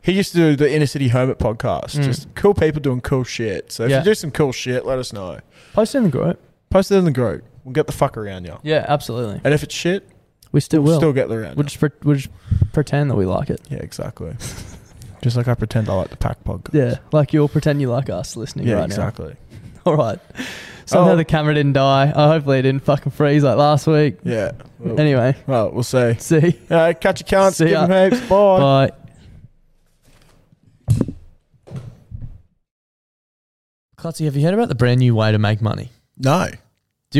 he used to do the Inner City Hermit podcast. Mm. Just cool people doing cool shit. So if Yeah. you do some cool shit, let us know. post it in the group. Post it in the group. We'll get the fuck around you. Yeah, absolutely. And if it's shit, we still we'll will still get the round We'll just, pre- we'll just pretend that we like it. Yeah, exactly. just like I pretend I like the pack podcast. Yeah, like you'll pretend you like us listening Yeah, right exactly. now. All right. Somehow Oh. the camera didn't die. Oh, hopefully it didn't fucking freeze like last week. Yeah. Well- anyway. Well, we'll see. See. Uh, catch your cunts. See Give ya. 'em heaps. Bye. Bye. Clutzy, have you heard about the brand new way to make money? No. Do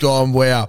gone, wow.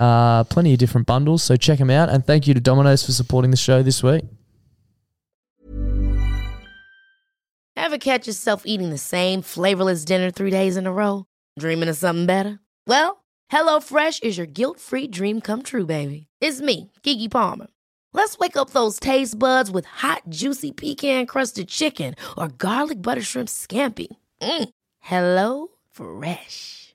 Uh, plenty of different bundles, so check them out. And thank you to Domino's for supporting the show this week. Ever catch yourself eating the same flavorless dinner three days in a row? Dreaming of something better? Well, HelloFresh is your guilt free dream come true, baby. It's me, Gigi Palmer. Let's wake up those taste buds with hot, juicy pecan crusted chicken or garlic butter shrimp scampi. Mm. Hello Fresh.